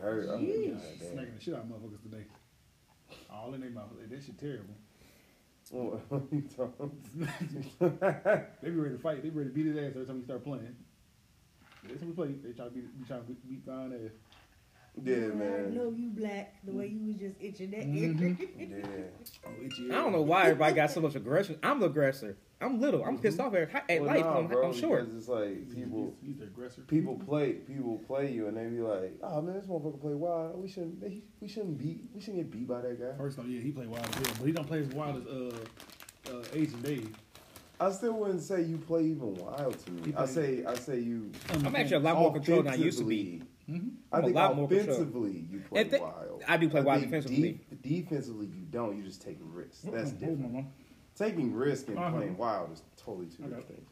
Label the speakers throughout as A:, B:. A: hurt. I'm like,
B: Jeez.
A: God damn.
C: Smacking the shit out of motherfuckers today. All in their mouth. Like, that shit terrible.
A: What are you talking
C: They be ready to fight. They be ready to beat his ass every time we start playing. Every time we play, they try to beat, we try to beat, beat fine ass.
A: Yeah,
B: I
A: man.
B: know you black. The way you was just itching that
A: Yeah.
B: itch.
C: Oh, itchy.
D: I don't know why everybody got so much aggression. I'm the aggressor. I'm little. I'm pissed off at, at
A: Mm-hmm. Well,
D: life.
A: nah,
D: I'm,
A: bro,
D: I'm short.
A: because It's like people.
C: He's, he's the aggressor.
A: People play, people play you, and they be like, "Oh man, this motherfucker play wild. We shouldn't, they, we shouldn't beat, we shouldn't get beat by that guy."
C: First off, yeah, he play wild as hell, but he don't play as wild as uh, uh Asian Dave.
A: I still wouldn't say you play even wild to me.
C: He
A: I
C: play-
A: say, I say you.
D: I'm actually a lot more controlled than I used to be. Mm-hmm.
A: offensively-
C: Mhm.
A: I
D: I'm a
A: think
D: lot more
A: offensively you play
D: If they-
A: wild.
D: I do play wild
A: think
D: defensively.
A: def- defensively, you don't. You just take risks. That's
C: Mm-mm, hold on,
A: different.
C: mom.
A: Taking risk and
C: Uh-huh.
A: playing wild is totally two
C: Okay.
A: different things.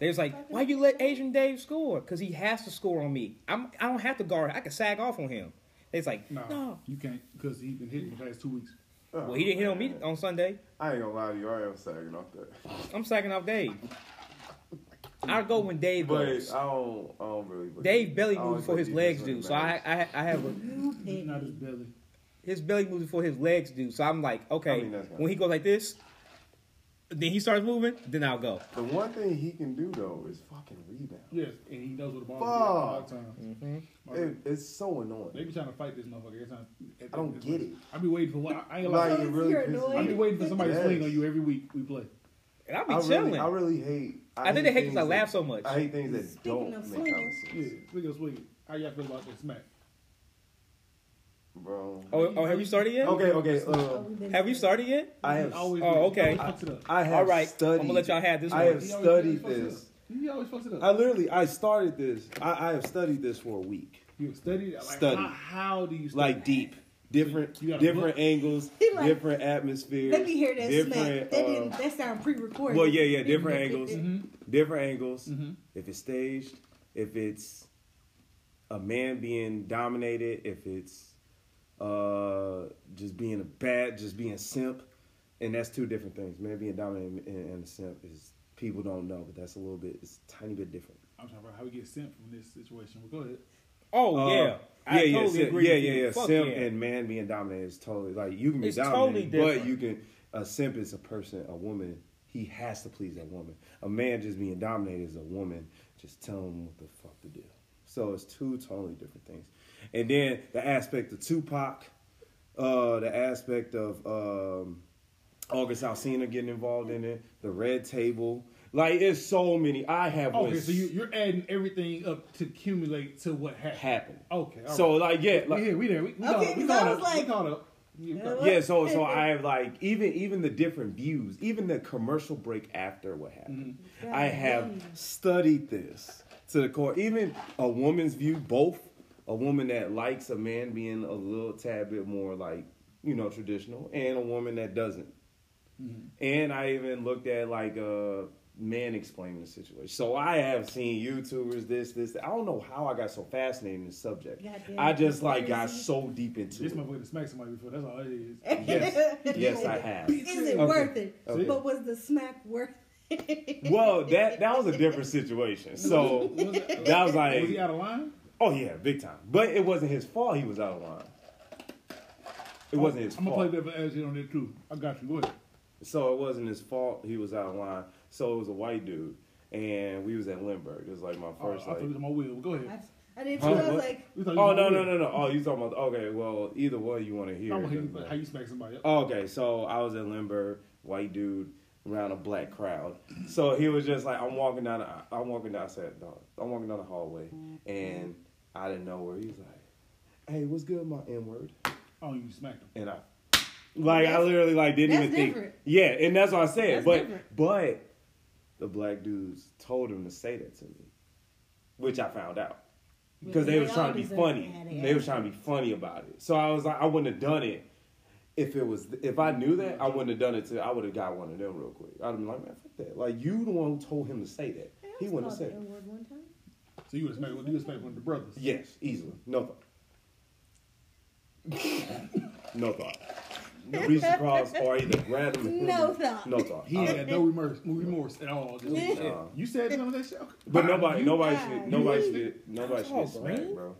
D: They was like, why you let Asian Dave score? Because he has to score on me. I'm, I don't have to guard. I can sag off on him. They was like,
C: Nah,
D: no.
C: you can't, cause he been hitting the past two weeks.
D: Well, he didn't hit on me on Sunday.
A: Uh-huh. I ain't gonna lie to you. I am sagging off that.
D: I'm sagging off Dave. I go when Dave
A: But
D: goes.
A: I don't, I don't really. believe-
D: Dave belly
A: I always
D: moves before his
A: believe
D: legs
A: defense
D: do.
A: really
D: So I,
A: matters.
D: I, I have a,
B: You
C: He's
B: petty.
C: not his belly.
D: his belly moves before his legs do. So I'm like, okay,
A: mean, that's not-
D: when he goes like this, then he starts moving, then I'll go.
A: The one thing he can do though is fucking rebound.
C: Yes, and he knows where the ball is at all the time. Like,
A: It, it's so
C: They
A: annoying.
C: be trying to fight this motherfucker every time.
A: I don't get it.
C: I be waiting for one. I ain't
A: Like
C: like,
B: So
A: it really
B: you're
A: pisses
B: annoying.
C: I be
A: me.
C: waiting for somebody
A: Yes.
C: to swing on you every week we play.
D: And I'll be
A: I
D: chilling.
A: really, I really hate.
D: I think they hate 'cause I
A: things
D: laugh
A: that-
D: so much.
A: I hate things that
B: Speaking
A: don't
B: of
A: make common
B: swinging.
C: Yeah,
A: sense,
C: swing it, swing it. How y'all feel about that smack?
A: bro.
D: Oh, oh, have you started yet?
A: Okay, okay. Uh,
B: Oh, we been
D: Have you
B: saying-
D: started yet?
A: I
C: He
A: have.
C: always-
D: oh,
C: he
D: okay.
C: always fucks it up.
A: I have
D: All right,
A: studied.
D: I'm gonna let y'all have this
A: I
D: one.
A: have
C: He always- he
A: studied
C: always fucks it
A: this.
C: up. He always fucks it
A: I
C: up.
A: literally, I started this. I, I have studied this for a week,
C: You studied it? Like,
A: Study.
C: How, how do you study?
A: like deep, different,
C: You got a
A: different
C: book?
A: angles,
B: He like-
A: different atmospheres.
B: Let me hear that smack.
A: different,
B: That
A: uh, Mm-hmm.
B: didn't. That sound pre-recorded.
A: Well, yeah, yeah, different angles,
C: Mhm.
A: different angles.
C: Mhm.
A: If it's staged, if it's a man being dominated, if it's uh just being a bad, just being simp, and that's two different things. Man being dominated and, and a simp is people don't know, but that's a little bit, it's a tiny bit different.
C: I'm trying to figure out how we get sent from this situation. Well, go ahead.
D: Oh
A: Uh,
D: yeah, I
A: yeah,
D: totally
A: yeah, simp-
D: agree.
A: yeah,
D: with
A: yeah,
D: you.
A: yeah.
D: Fuck
A: Simp
D: yeah.
A: and man being dominated is totally like you can be
D: It's totally
A: dominated, but
D: different.
A: you can. A simp is a person, a woman. He has to please that woman. A man just being dominated is a woman just telling him what the fuck to do. So it's two totally different things. And then the aspect of Tupac, uh, the aspect of um, August Alsina getting involved in it, the red table. Like it's so many. I have
C: Oh, Okay,
A: was-
C: so you, you're adding everything up to accumulate to what happened.
A: happened.
C: Okay, all
A: so
C: right.
A: like yeah,
C: we
A: like,
C: here, we there. We, we
B: Okay,
C: caught up. We
B: 'cause I
C: caught
B: was
C: up.
B: like-
C: we caught up. Yeah, we caught up.
B: What?
A: Yeah, so so I have like even even the different views, even the commercial break after what happened. I have studied this to the core. Even a woman's view, both a woman that likes a man being a little tad bit more like you know traditional, and a woman that doesn't. And I even looked at like a man explaining the situation. So I have seen YouTubers this this. that. I don't know how I got so fascinated in this subject.
B: Goddamn
A: I just like got
B: conspiracy.
A: so deep into
C: This
A: it.
C: motherfucker smacked somebody before. That's all it is.
A: Yes, yes, I have.
B: Is it
A: Okay.
B: worth it?
A: Okay.
B: But was the smack worth? it?
A: Well, that that was a different situation. So
C: Was it-
A: that was
C: was he
A: like,
C: out of line?
A: oh yeah, big time. But it wasn't his fault. He was out of line. It wasn't his
C: I'm gonna
A: fault.
C: Oh, play better as you on that too. I got you. Go ahead.
A: So it wasn't his fault. He was out of line. So it was a white dude, and we was at Lindbergh. It was like my
C: Oh, I
A: first
C: thought
A: like.
C: it was on my wheel. Go ahead.
B: I, I didn't.
A: Huh?
B: too. I was
A: What?
B: like,
C: We thought it was
A: Oh
C: on my
A: no no no
C: wheel.
A: no! Oh, you talking about okay? Well, either way you want to hear.
C: I'm gonna hear
A: doesn't
C: you-
A: matter.
C: how you smack somebody. Up.
A: Oh, Okay, so I was in Limburg, white dude, around a black crowd. So he was just like, I'm walking down, the, I'm walking down, I said, dog, I'm walking down the hallway, and I didn't know where he was like, hey, what's good, my N word?
C: Oh, you smacked him.
A: And I, like, I
B: That's-
A: literally like didn't
B: that's
A: even think.
B: different.
A: Yeah, and that's what I said.
B: That's
A: but
B: different.
A: but the black dudes told him to say that to me, which I found out because they,
B: They
A: was trying to
B: all
A: be
B: deserve
A: funny.
B: that
A: They
B: ass.
A: was trying to be funny about it. So I was like, I wouldn't have done it if it was if I knew that I wouldn't have done it. To I would have got one of them real quick. I'd have been like, man, fuck that. Like you the one who told him to say that.
B: I
A: He
B: was
A: wouldn't have
B: called
A: said
B: the
A: it.
B: N-word one time.
C: So you would smack one. You would smack one of the brothers.
A: Yes, easily. No thought. no thought. No reach across or either grab him.
B: No thought.
A: No thought.
C: He
A: Uh,
C: had no remorse, remorse at all. Just-
A: Yeah.
C: You said none of that shit. Okay.
A: Uh-huh. But
C: Fine,
A: nobody,
C: you-
A: nobody
B: died.
A: should, nobody should, nobody should
D: all
A: get smacked,
D: green?
A: bro.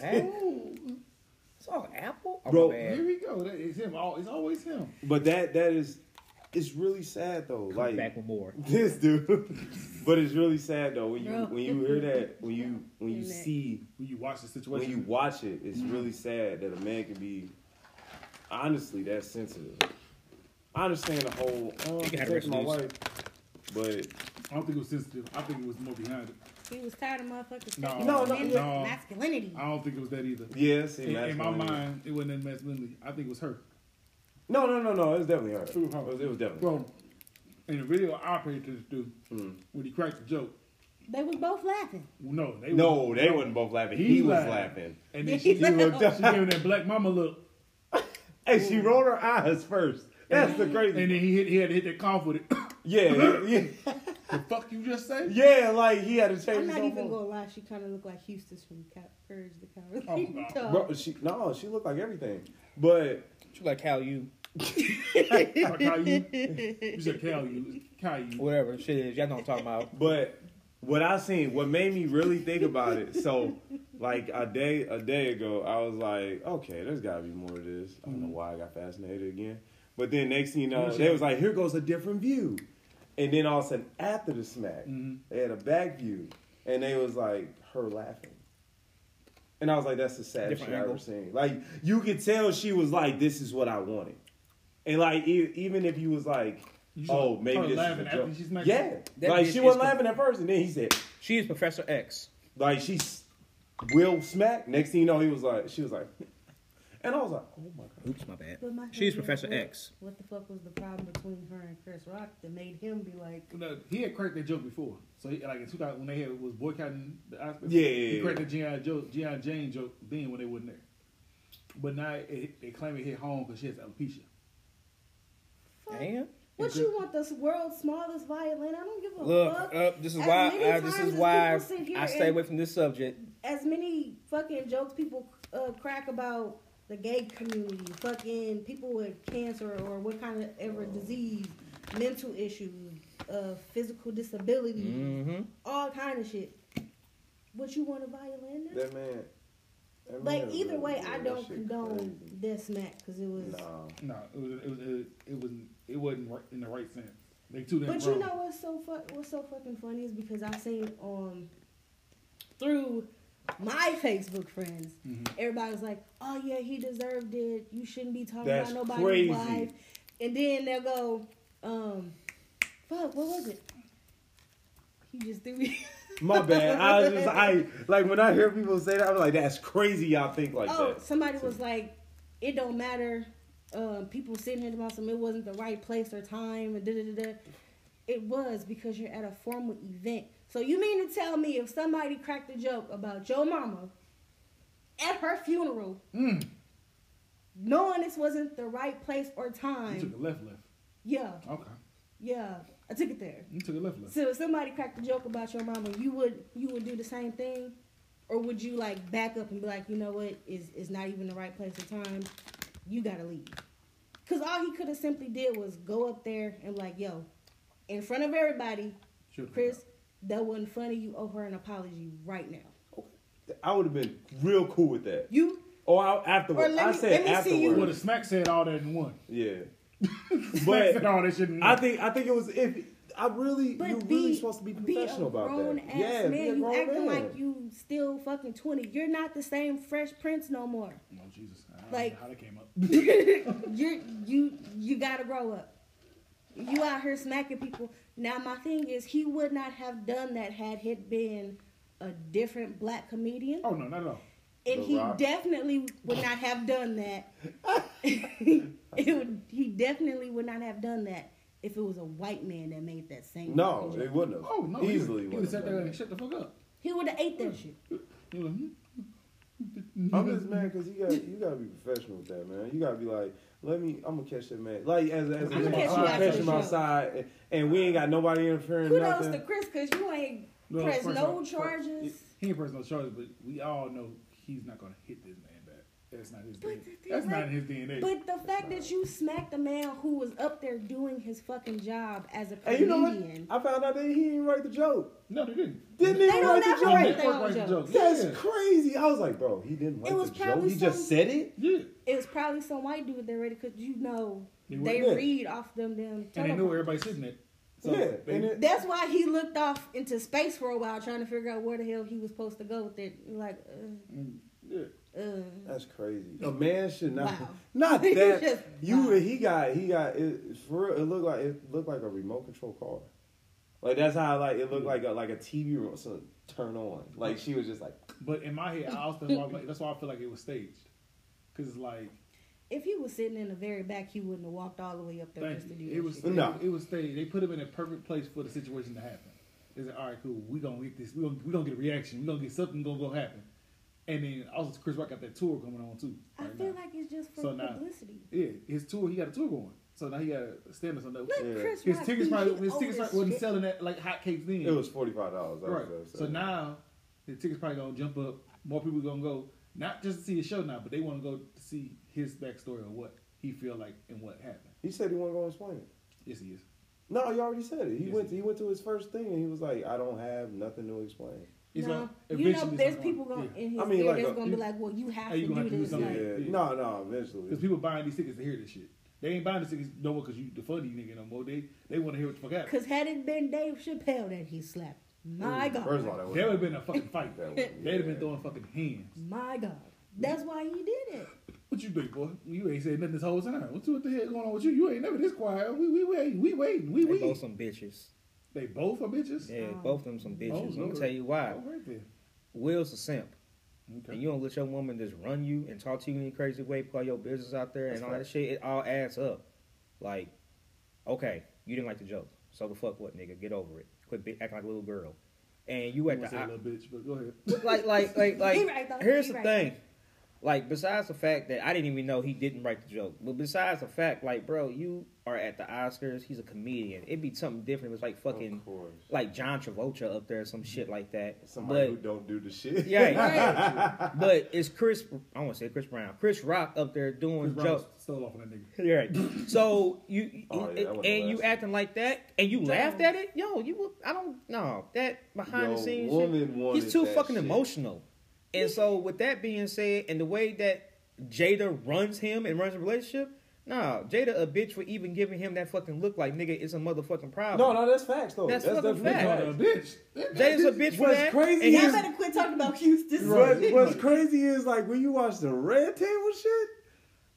D: Apple? It's all Apple? Oh,
A: Bro,
D: my bad.
C: Here we go. That, it's him. All, it's always him.
A: But that that is it's really sad though.
D: Come
A: like
D: back with more.
A: this dude. but it's really sad though when you
B: Bro.
A: when you hear that when you when you
B: Hear that.
A: see
C: When you watch the
A: when
C: situation,
A: you watch it, it's
C: Mm-hmm.
A: really sad that a man can be honestly that sensitive. I understand the whole oh,
D: You can have
A: protect my wife,
D: resolution.
A: but
C: I don't think it was sensitive. I think it was more behind it.
B: He was tired of motherfuckers
C: No,
B: taking
A: no,
B: men with
C: no.
B: masculinity.
C: I don't think it was that either.
A: yeah, see,
C: In, in my
A: masculinity-
C: mind, it wasn't that masculinity. I think it was her.
A: no, no, no, no, it was definitely her. It
C: True, huh?
A: was, it was definitely.
C: Bro, in the video I played to this dude,
A: Hmm.
C: when he cracked the joke,
B: They was both laughing.
C: no, they
A: No,
C: wasn't.
A: they wasn't both laughing. He,
C: He
A: was
C: laughed.
A: laughing.
C: And
B: He
C: then she, she gave
A: looked up.
C: him that black mama look.
A: Hey, she rolled her eyes first. That's the
C: And
A: crazy.
C: then he hit, he had to hit that cough with it. the
A: yeah, yeah,
C: fuck you just say?
A: yeah. Like he had to change.
B: I'm
A: his
B: not
A: whole
B: even
A: phone.
B: gonna lie, she kind of looked like Houston's from Cow- Courage the Cowardly
C: Oh, no.
B: Dog.
A: Bro, she no, she looked like everything. But
D: She like how you,
C: Like how you, you said cow you, cow you.
D: whatever shit is. Y'all know what I'm talking about.
A: but what I seen, what made me really think about it. So like a day a day ago, I was like, okay, there's gotta be more to this. I don't know why I got fascinated again. But then next thing you know, they was like, here goes a different view. And then all of a sudden, after the smack,
C: Mm-hmm.
A: they had a back view, and they was like her laughing. And I was like, that's the saddest
D: Different
A: shit I ever
D: angle.
A: seen. Like you could tell she was like, this is what I wanted. And like e- even if you was like,
C: You saw
A: oh maybe
C: her
A: this is
C: laughing
A: a
C: after
A: joke.
C: she smacked
A: yeah,
C: you?
D: That
A: like
D: bitch
A: she
D: is
A: wasn't
D: com-
A: laughing at first, and then he said,
D: She is Professor X.
A: like she s- will smack. Next thing you know, he was like, she was like, and I was like, oh my god,
D: Oops, my bad.
B: But my
D: She is
B: thing is,
D: Professor
B: what-
D: X.
B: What the fuck was the problem between her and Chris Rock that made him be like,
C: No, he had cracked that joke before. So he, like in 2000, when they had was boycotting the Oscars,
A: Yeah, yeah,
C: he
A: yeah.
C: cracked the GI joke, GI Jane joke then when they wasn't there. But now it, they claim it hit home because she has alopecia.
B: fuck,
D: Damn.
B: what you want this world's smallest violin? I don't give a
D: Look,
B: fuck.
D: uh, this is
B: As
D: why.
B: many
D: I, this
B: times
D: is
B: as
D: why
B: people sit here
D: I stay
B: and-
D: away from this subject.
B: as many fucking jokes people uh, crack about the gay community, fucking people with cancer or what kind of ever
D: Oh.
B: disease, mental issues, uh, physical disability,
D: Mm-hmm.
B: all kind of shit. What you want a violin? now?
A: that man. that
B: Like
A: man
B: either
A: really-
B: way,
A: yeah,
B: I
A: that
B: don't
A: shit
B: condone death smack because it
A: crazy.
B: was.
A: Nah.
C: No, it was it was it, it wasn't it wasn't right in the right sense. They two
B: But
C: didn't.
B: you know what's so fuck what's so fucking funny is because I seen um through my Facebook friends,
A: Mm-hmm.
B: everybody's like, "Oh yeah, he deserved it. You shouldn't be talking
A: That's
B: about nobody's
A: crazy.
B: wife." And then they'll go, um, "Fuck, what was it?" He just threw me.
A: My bad. I was just I like when I hear people say that, I'm like, that's crazy. Y'all think like
B: oh,
A: that.
B: somebody was like, "It don't matter." Uh, people sitting here about some. It wasn't the right place or time. And da da da. da. It was because you're at a formal event. So you mean to tell me if somebody cracked a joke about your mama at her funeral, knowing this wasn't the right place or
C: you took
B: time?
C: a left left.
B: Yeah,
C: Okay,
B: yeah. I took it there.
C: you took a left left.
B: So if somebody cracked a joke about your mama, you would you would do the same thing, or would you like back up and be like, you know what, is is not even the right place or time. You gotta leave, cause all he could have simply did was go up there and like, yo, in front of everybody,
C: Should've
B: Chris, that wasn't funny. You owe her an apology right now.
A: I would have been real cool with that.
B: You
A: Or I, afterwards,
B: Or let
A: I
B: me-
A: said
B: let me see you-
A: afterwards.
C: Well, the smack said all that in one.
A: Yeah,
C: Smack said
A: but
C: all that shit in one.
A: I think I think it was if I really
B: but
A: you're
B: be
A: really supposed to be
B: be a
A: professional about that.
B: grown-ass
A: yeah,
B: man,
A: be a
B: you
A: grown
B: acting
A: man.
B: like you still fucking twenty. You're not the same Fresh Prince no more.
C: oh Jesus, I don't
B: Like-
C: know how that came up.
B: you you you gotta grow up. You out here smacking people. Now my thing is, he would not have done that had it been a different black comedian,
C: Oh no, not at all.
B: and
A: The
B: he
A: Rock.
B: definitely would not have done that. it would, he definitely would not have done that if it was a white man that made that same.
A: No,
B: fucking
A: it
B: joke.
A: wouldn't have.
C: Oh no,
A: easily
C: He would
A: wouldn't
C: have sat
A: have.
C: there
A: done
C: and
A: that.
C: shut the fuck up.
B: he would have
A: Mm.
B: ate that shit.
C: He was like, hmm?
A: I'm just mad because you got you got to be professional with that, man. You got to be like, let me, I'm gonna catch that man. Like as as a
B: I'ma
A: man,
B: catch you
A: I'm gonna
B: after
A: catch
B: the
A: him
B: show.
A: outside, and, and we ain't got nobody interfering.
B: Kudos
A: nothing.
B: to Chris because you ain't
C: No,
B: pressed
C: first
B: no
C: off,
B: charges.
C: He ain't pressed no charges, but we all know he's not gonna hit this man back. That's not his
B: But
C: DNA.
B: the thing,
C: That's not
B: like-
C: in his DNA.
B: But the fact that you smacked a man who was up there doing his fucking job as a
A: And you know what?
B: comedian.
A: I found out that he didn't write the joke.
C: no, they didn't.
A: Didn't
B: They
A: even
B: don't
A: write
B: ever
A: the joke.
B: write their
C: Network
B: own
C: writes the
B: jokes.
C: jokes.
A: That's
C: Yeah.
A: crazy. I was like, bro, he didn't write
B: It was
A: the joke.
B: probably
A: He just
B: some-
A: said it.
C: Yeah.
B: It was probably some white dude that read it because you know
C: They
B: they,
A: would. Yeah.
B: read off them them.
C: And they
B: telephone.
C: knew where everybody's sitting at. So
A: yeah,
C: they,
A: and it,
B: That's why he looked off into space for a while trying to figure out where the hell he was supposed to go with it. Like,
C: mm, yeah.
B: uh, uh.
A: that's crazy. A man should not,
B: Wow.
A: not
B: He
A: that
B: just-
A: you.
B: wow.
A: He got, he got. It, for real, it looked like it looked like a remote control car. Like that's how like it looked like a like a TV remote so turn on. Like she was just like,
C: But in my head, I also that's why I feel like it was staged. Cause it's like
B: If he was sitting in the very back, he wouldn't have walked all the way up there
C: Thank
B: just to do
C: you.
B: that
C: It was
B: shit.
A: No.
C: it, was staged. They put him in a perfect place for the situation to happen. They said, "All right, cool. We gonna get this. We gonna we gonna get a reaction. We gonna get something gonna go happen." And then also Chris Rock got that tour coming on too.
B: I
C: right
B: feel
C: now.
B: like it's just for
C: So now-
B: publicity.
C: yeah, his tour. He got a tour going. So now he got a stand up on
B: Look,
C: that.
A: Yeah.
B: Chris
C: His
B: Rock,
C: tickets
B: he-
C: probably
B: he
C: his
B: old as
C: tickets probably wasn't
B: shit.
C: selling that like hotcakes then.
A: it was forty five dollars.
C: right. So now his tickets probably gonna jump up. More people gonna go not just to see his show now, but they want to go to see his backstory or what he feel like and what happened.
A: he said he wasn't going to explain it.
C: Yes, he is.
A: No, you already said it. He
C: Yes,
A: went.
C: he-
A: He went to his first thing and he was like, I don't have nothing to explain.
C: He's
B: no,
C: gonna-
B: you know,
C: eventually
B: there's
C: it's
B: people
C: gonna-
B: going
C: yeah.
B: in his
A: I mean,
B: ear
A: like,
B: that's
A: uh,
B: going to
C: you-
B: be like, well, you have
C: Hey, you
B: to
C: gonna
B: do
C: have to do
B: this.
A: Yeah.
C: something.
B: like,
C: Yeah.
A: No, no.
C: Because
A: Eventually,
C: people buying these tickets to hear this shit. They ain't buying these tickets no more because you the funny nigga no more. They they want to hear what the fuck happened.
B: Because had it been Dave Chappelle that he slapped, my God.
A: first of all, that
C: There would have
A: was
C: been a fucking fight.
A: That
C: They'd
A: would've-
C: have
A: yeah.
C: been throwing fucking hands.
B: my God. That's why he did it.
C: What you think, boy? You ain't said nothing this whole time. What, you- what the hell going on with you? You ain't never this quiet. We we waiting. We waiting. We
D: They
C: waiting.
D: both some bitches.
C: They both are bitches.
D: Yeah,
B: Oh.
D: both of them some
C: Oh,
D: bitches. I'm
C: Lord.
D: gonna tell you why.
C: Oh, right there.
D: Will's a simp,
C: Okay.
D: and you don't let your woman just run you and talk to you in a crazy way, put all your business out there,
A: That's
D: and all
A: right.
D: that shit. It all adds up. Like, okay, you didn't like the joke, so the fuck what, nigga? Get over it. Quit be- acting like a little girl. And you at
C: I
D: the
C: say little bitch, but go ahead.
D: like like like like
B: He right, though.
D: here's
B: He
D: the
B: right.
D: thing like besides the fact that i didn't even know he didn't write the joke but besides the fact like bro you are at the oscars he's a comedian it'd be something different if it was like fucking
A: Of course. Mm-hmm.
D: like john travolta up there or some shit like that
A: Somebody who
D: but
A: don't do the shit.
D: yeah, yeah. but it's chris i want to say chris brown chris rock up there doing
C: Chris Brown
D: jokes
C: stole off on that nigga.
D: yeah. right. So you
A: Oh, yeah, that wasn't
D: and you
A: last.
D: acting like that and you
B: No.
D: laughed at it, yo. You would- I don't know that behind
A: Yo,
D: the scenes.
A: woman
D: shit,
A: wanted
D: he's too
A: that
D: fucking
A: shit.
D: emotional. And so with that being said, and the way that Jada runs him and runs the relationship, nah, Jada a bitch for even giving him that fucking look like nigga it's a motherfucking problem.
A: No, no, that's facts though.
D: That's fucking
A: definitely
D: facts.
C: Called her a bitch.
D: Jada's a bitch for
A: What's
D: that.
A: crazy
D: and
A: is-
B: Y'all
D: he's-
B: better quit talking about Houston.
A: What, what's crazy is like when you watch the red table shit,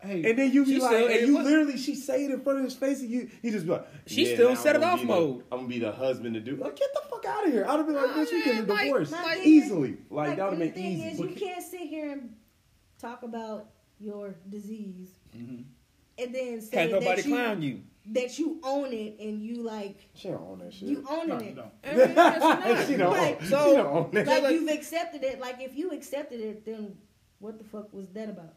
C: Hey,
A: and then you be
D: She
A: like,
D: said
A: and
D: it
A: you
D: was-
A: literally she say it in front of his face, and you he just be like,
D: She still
A: now
D: in set it
A: gonna
D: off
A: be the-
D: mode.
A: I'm gonna be the husband to do. Like, get the fuck out of here! I'd have been like, bitch, you getting
D: man, like-
A: divorced
B: like-
A: easily. Like,
B: Like,
A: that would
B: the
A: have been
B: thing
A: easy.
B: is, you can't sit here and talk about your disease
A: Mm-hmm.
B: and then say
D: had nobody
B: that, you,
D: clown you.
B: that you own it and you like
A: she don't own that shit.
B: you owning
C: No,
B: it.
C: no.
D: I mean, that's not-
A: she don't.
B: Like,
A: own,
D: so-
A: she don't own that.
B: Like
D: like-
B: you've accepted it. Like if you accepted it, then what the fuck was that about?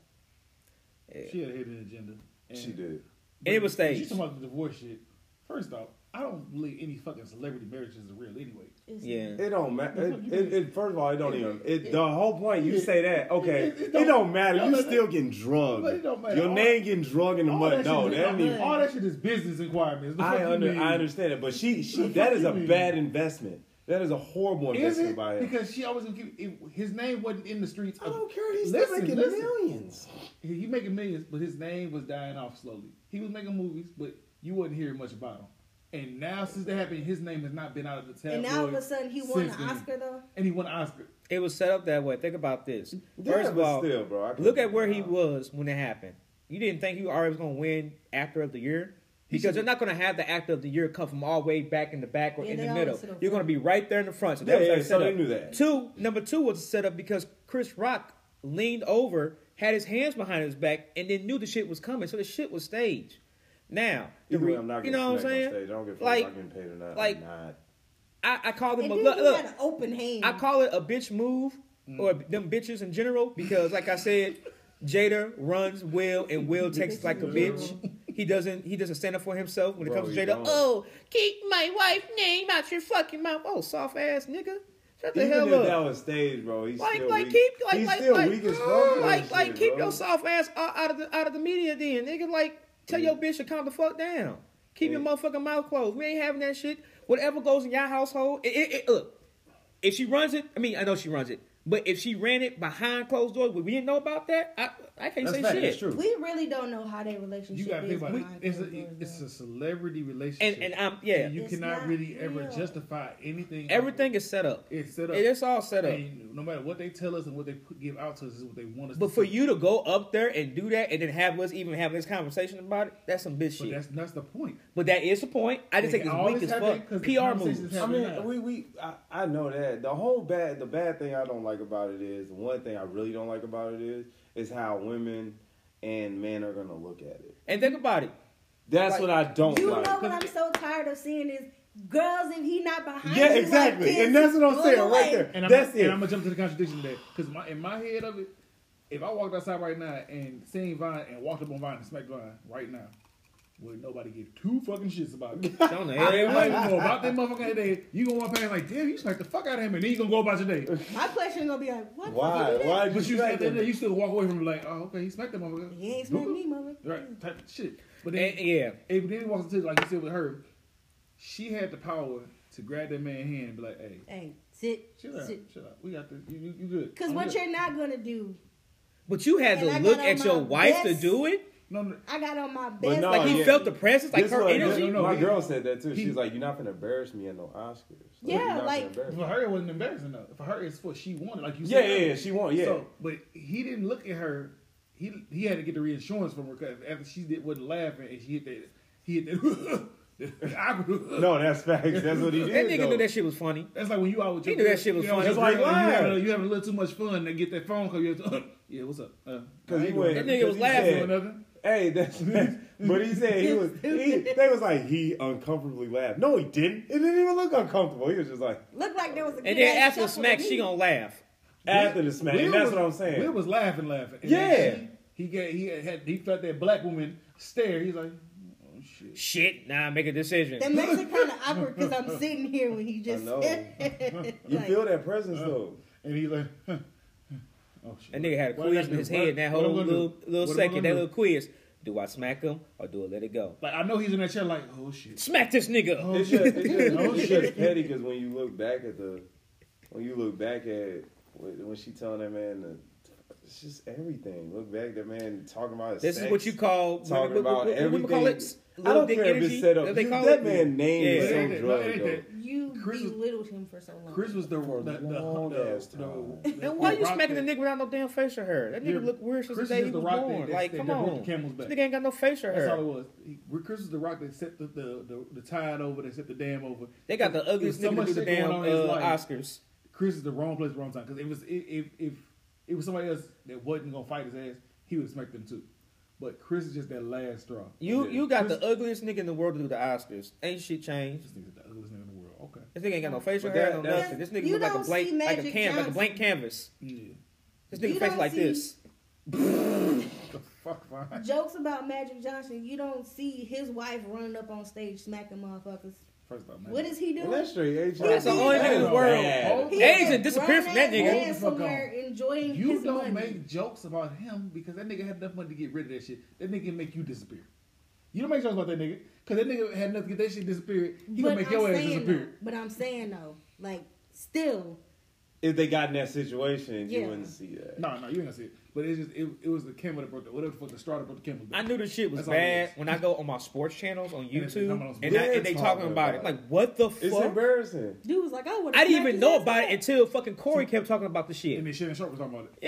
C: she had a hidden agenda. And
A: She did.
D: And it was
C: But
D: staged.
C: You talking about the divorce shit? First off, I don't believe any fucking celebrity marriages are real anyway.
B: It's-
D: Yeah.
A: It don't matter.
C: What
A: It,
C: you
A: it,
C: mean?
A: it, first of all, it don't even. It, the whole point you say that, okay,
C: it-
A: it,
C: it
A: don't,
C: don't-
A: matter.
C: no,
A: You
C: no,
A: still
C: no.
A: getting drugged.
C: But it don't matter.
A: Your
C: All-
A: name getting drugged in the mud.
C: that
A: No,
C: shit is-
A: that ain't even.
C: all that shit is business inquiries. The
A: I
C: fuck you
A: under,
C: mean?
A: I understand it, but she she
C: The
A: that
C: fuck
A: is
C: you
A: a
C: mean?
A: bad investment. That is a horrible
C: Is
A: investment
C: it?
A: by him.
C: Because she always gonna keep it, his name wasn't in the streets.
A: I
C: of-
A: don't care. He's
C: Listen,
A: still making
C: listen.
A: millions.
C: He he making millions, but his name was dying off slowly. He was making movies, but you wasn't hearing much about him. And now since that happened, his name has not been out of the
B: And
C: tabloids.
B: now all of a sudden he won
C: since
B: an
C: then.
B: Oscar though.
C: and he won an Oscar.
D: It was set up that way. Think about this.
A: Yeah,
D: First of
A: but
D: all,
A: still, bro, I can-
D: look at where he was when it happened. You didn't think he already was going to win actor of the year because you're not going to have the actor of the year come from all the way back in the back or
B: Yeah,
D: in
B: they
D: the
B: always
D: middle.
B: sit up
D: You're going to be right there in the front. So that
A: Yeah,
D: was
A: yeah,
D: like
A: so
D: set
A: they
D: up.
A: knew that.
D: Two number two was a setup because Chris Rock leaned over, had his hands behind his back, and then knew the shit was coming. So the shit was staged. Now, the
A: Either way,
D: re-
A: I'm not
D: you
A: getting
D: know what I'm saying?
A: On stage. I don't give a fuck
D: like,
A: if I'm getting paid or not.
D: like-
A: I'm not.
D: I, I called him
B: And
D: a
B: then
D: look.
B: you
D: look,
B: got an open hand.
D: I call it a bitch move or them bitches in general because, like I said, Jada runs Will and Will takes like a bitch. He doesn't. He doesn't stand up for himself when it
A: Bro,
D: comes to
A: he
D: Jada.
A: don't.
D: Oh, keep my wife's name out your fucking mouth. Oh, soft ass nigga. Shut the
A: Even
D: hell
A: if that
D: up.
A: was stage, bro, he's
D: Like,
A: still
D: like,
A: weak.
D: keep, like,
A: he's
D: like,
A: still
D: like,
A: weak as fuck. with
D: like,
A: that
D: like,
A: shit,
D: keep
A: bro.
D: your soft ass out, out of the out of the media, then, nigga. Like, tell your bitch to calm the fuck down. Keep your
A: Yeah.
D: motherfucking mouth closed. We ain't having that shit. Whatever goes in your household, it, it, it, look. If she runs it, I mean, I know she runs it, but if she ran it behind closed doors, we didn't know about that. I, I can't
A: That's
D: say
A: fact,
D: shit.
A: That's true.
B: We really don't know how their relationship
C: You gotta
B: is.
C: think about it.
B: behind
C: It's
B: closed
C: a,
B: doors,
C: it's
B: though.
C: a celebrity relationship.
D: And and I'm yeah,
C: you
B: It's
C: cannot
B: not
C: really ever
B: real.
C: justify anything.
D: everything is set up.
C: is set up.
D: It- It's all set up.
C: And no matter what they tell us and what they put, give out to us is what they want us.
D: But
C: to
D: for
C: do.
D: you to go up there and do that and then have us even have this conversation about it, that's some bitch
C: but
D: shit.
C: that's that's the point.
D: But that is the point. I just
C: They
D: think it's
C: can
D: weak
C: always
D: as
C: have
D: fuck.
C: that 'cause the
D: PR
C: conversation's
D: moves.
A: I
C: happening now.
A: mean, we we I, I know that the whole bad the bad thing I don't like about it is the one thing I really don't like about it is is how women and men are gonna look at it.
D: And think about it.
A: That's
D: Like,
A: what I don't
B: You
A: like.
B: know what I'm so tired of seeing is girls if he not behind
A: yeah,
B: you like
A: exactly,
B: this,
A: and that's what I'm
B: run
A: saying
B: away.
A: right there.
C: And I'm,
A: that's it.
C: And I'm gonna jump to the contradiction of that because my in my head of it, if I walked outside right now and seen Vine and walked up on Vine and smacked Vine right now, would nobody give two fucking shits about it?
D: Don't know.
C: I ain't waiting for about that motherfucker today. You gonna walk past like, damn, you smacked the fuck out of him, and then you gonna go about your day.
B: My question gonna be like, what? the
A: why?
B: fuck you did?
A: Why?
C: But you
A: smack
C: at the end of the
A: them?
C: day, you still walk away from him like, oh, okay, he smacked that motherfucker.
B: He ain't smacked me, mother.
C: Right, type of shit. But then,
D: And- yeah.
C: if then he walks into it, like you said with her, she had the power to grab that man's hand and be like, hey,
B: Hey, sit,
C: chill out,
B: sit.
C: chill out. We got this. You, you, you good.
B: Because
C: I'm
B: what
C: good.
B: you're not gonna do,
D: But you had
B: And I got
D: to look
B: on
D: at your
B: my
D: wife to
B: best-
D: do it.
C: No, no.
B: I got on my
A: But
B: best.
A: no,
D: Like
A: Oh,
D: he
A: yeah.
D: felt the presence, like
A: This
D: her
A: one-
D: energy.
C: no, no,
A: my
C: he-
A: girl said that too.
C: he-
A: She's like, "You're not gonna embarrass me at no Oscars." Like,
B: Yeah,
A: "You're not finna
B: like-
A: embarrass me."
C: For her, it wasn't embarrassing though. For her, it's what she wanted. Like you
A: yeah,
C: said.
A: yeah, yeah, she won. Yeah,
C: So, but he didn't look at her. He he had to get the reassurance from her 'cause after she did wasn't laughing and she hit that. He hit that. that awkward-
A: no, that's facts. That's what he did.
D: That nigga
A: though.
D: knew that shit was funny.
C: That's like when you out with
D: He
C: your
D: knew that shit was
C: you know,
D: funny.
C: It's like,
A: Like,
C: you,
A: why?
C: having a, you having a little too much fun to get that phone call. You have to, yeah, what's up? Uh,
A: Cause
C: I
A: he
C: ain't
A: went,
C: doing
D: That nigga
A: cause
D: was
A: he
D: laughing.
A: said-
C: nothing. Doing nothing.
A: Hey, that's, that's but he said he was. He, they was like he uncomfortably laughed. No, he didn't. It didn't even look uncomfortable. He was just like
B: Looked like there was a.
D: And then
B: ass
D: after a smack, she gonna laugh.
A: after the smack.
C: Will
A: and that's
C: was-
A: what I'm saying.
C: Will was laughing, laughing. And
A: Yeah.
C: then she- he got he had he felt that black woman stare. He's like, oh shit.
D: Shit, nah, make a decision.
B: That makes it kind of awkward because I'm sitting here when he just.
A: know. you
B: Like,
A: feel that presence
D: uh,
A: though.
C: And he's like, huh. oh shit.
D: That nigga had a
C: What I
D: quiz
C: gotta
D: in his
C: do?
D: head.
C: What-
D: in That
C: what I'm
D: whole
C: gonna do?
D: little little
C: What I'm
D: second,
C: gonna
D: that
C: do?
D: little quiz. Do I smack him or do I let it go?
C: Like I know he's in that chair. Like, oh shit.
D: Smack this nigga.
C: Oh,
A: It's just, it's just,
C: Oh,
A: it's
C: shit.
A: just petty because when you look back at the, when you look back at when when she telling that man, to, it's just everything. Look back, that man talking about his
D: This
A: sex,
D: is what you call
A: talking
D: what- what-
A: about
D: what- what
A: everything.
D: women call it?
A: I
D: Little
A: don't
D: dick
A: care if
D: energy?
A: it's set
D: What
A: up.
D: they
A: You-
D: call
A: that
D: it?
A: man name is
C: It
A: so
C: ain't that- no, it
A: drug
C: ain't
A: though.
B: You
C: Chris was-
B: belittled him for so long.
C: Chris was the
A: For a
C: the the, the,
A: long
C: the,
A: ass time.
C: the- the
D: And why you
C: rock
D: smacking
C: that-
D: the nigga without no damn facial hair? That nigga
C: You're-
D: look weird
C: Chris
D: since the
C: is
D: day he
C: just the
D: was
C: rock that-
D: born.
C: that's-
D: Like,
C: that
D: come
C: broke the
D: on. This
C: camel's back.
D: nigga ain't got no facial
C: That's all it
D: hair.
C: was. He, Chris was the rock that set the the, the, the tide over, that set the dam over.
D: They got the
C: There was
D: ugliest
C: so
D: nigga to
C: much
D: do the
C: shit going
D: damn
C: on in his
D: uh,
C: life.
D: Oscars.
C: Chris is the wrong place, wrong time. Because it was if, if if it was somebody else that wasn't gonna fight his ass, he would smack them too. But Chris is just that last straw.
D: You
A: Yeah.
D: you got the ugliest nigga in the world to do the Oscars. Ain't shit changed.
C: This nigga's the ugliest nigga in the world. Okay.
D: This nigga ain't got no facial
A: But that-
D: hair, no
A: that's-
D: nothing. This nigga
B: You
D: look like a
B: don't see
D: blank, like a
B: Magic
D: can, like a
B: Johnson.
D: blank canvas.
C: Yeah.
D: This
B: You
D: nigga face
B: don't
D: like
B: see-
D: this.
C: The fuck, fine.
B: Jokes about Magic Johnson. You don't see his wife running up on stage smacking motherfuckers.
C: First off, man.
B: What is he
A: And
B: doing?
A: that's straight HIV.
B: That's the only
A: That
B: thing in
A: is
B: the
D: world.
A: bad.
C: He
D: Asian
B: just
D: disappear
B: grown
D: from that
B: ass
D: nigga.
B: man
C: Hold the fuck
B: somewhere enjoying
C: You
B: his
C: don't
B: money.
C: make jokes about him because that nigga had enough money to get rid of that shit. That nigga can make you disappear. You don't make jokes about that nigga because that nigga had enough to get that shit disappeared. He gonna make your ass
B: saying
C: disappear.
B: Though, but I'm saying though, like still,
A: If they got in that situation, you
B: Yeah.
A: wouldn't see that.
C: No, no, you ain't gonna see it. But it's just it, it was the camera that broke the whatever the fuck the straw that broke the camera.
D: I knew the shit was
C: That's all it
D: bad
C: is.
D: when I go on my sports channels on
C: it's coming
D: YouTube
C: on
D: and, I, and they
A: sports.
D: talking about it. Like, what the
A: It's
D: fuck?
A: embarrassing.
B: dude was like, I would.
D: I didn't even know about it until fucking Corey kept talking about the
C: And
D: shit.
C: then Shannon Sharp was talking about it.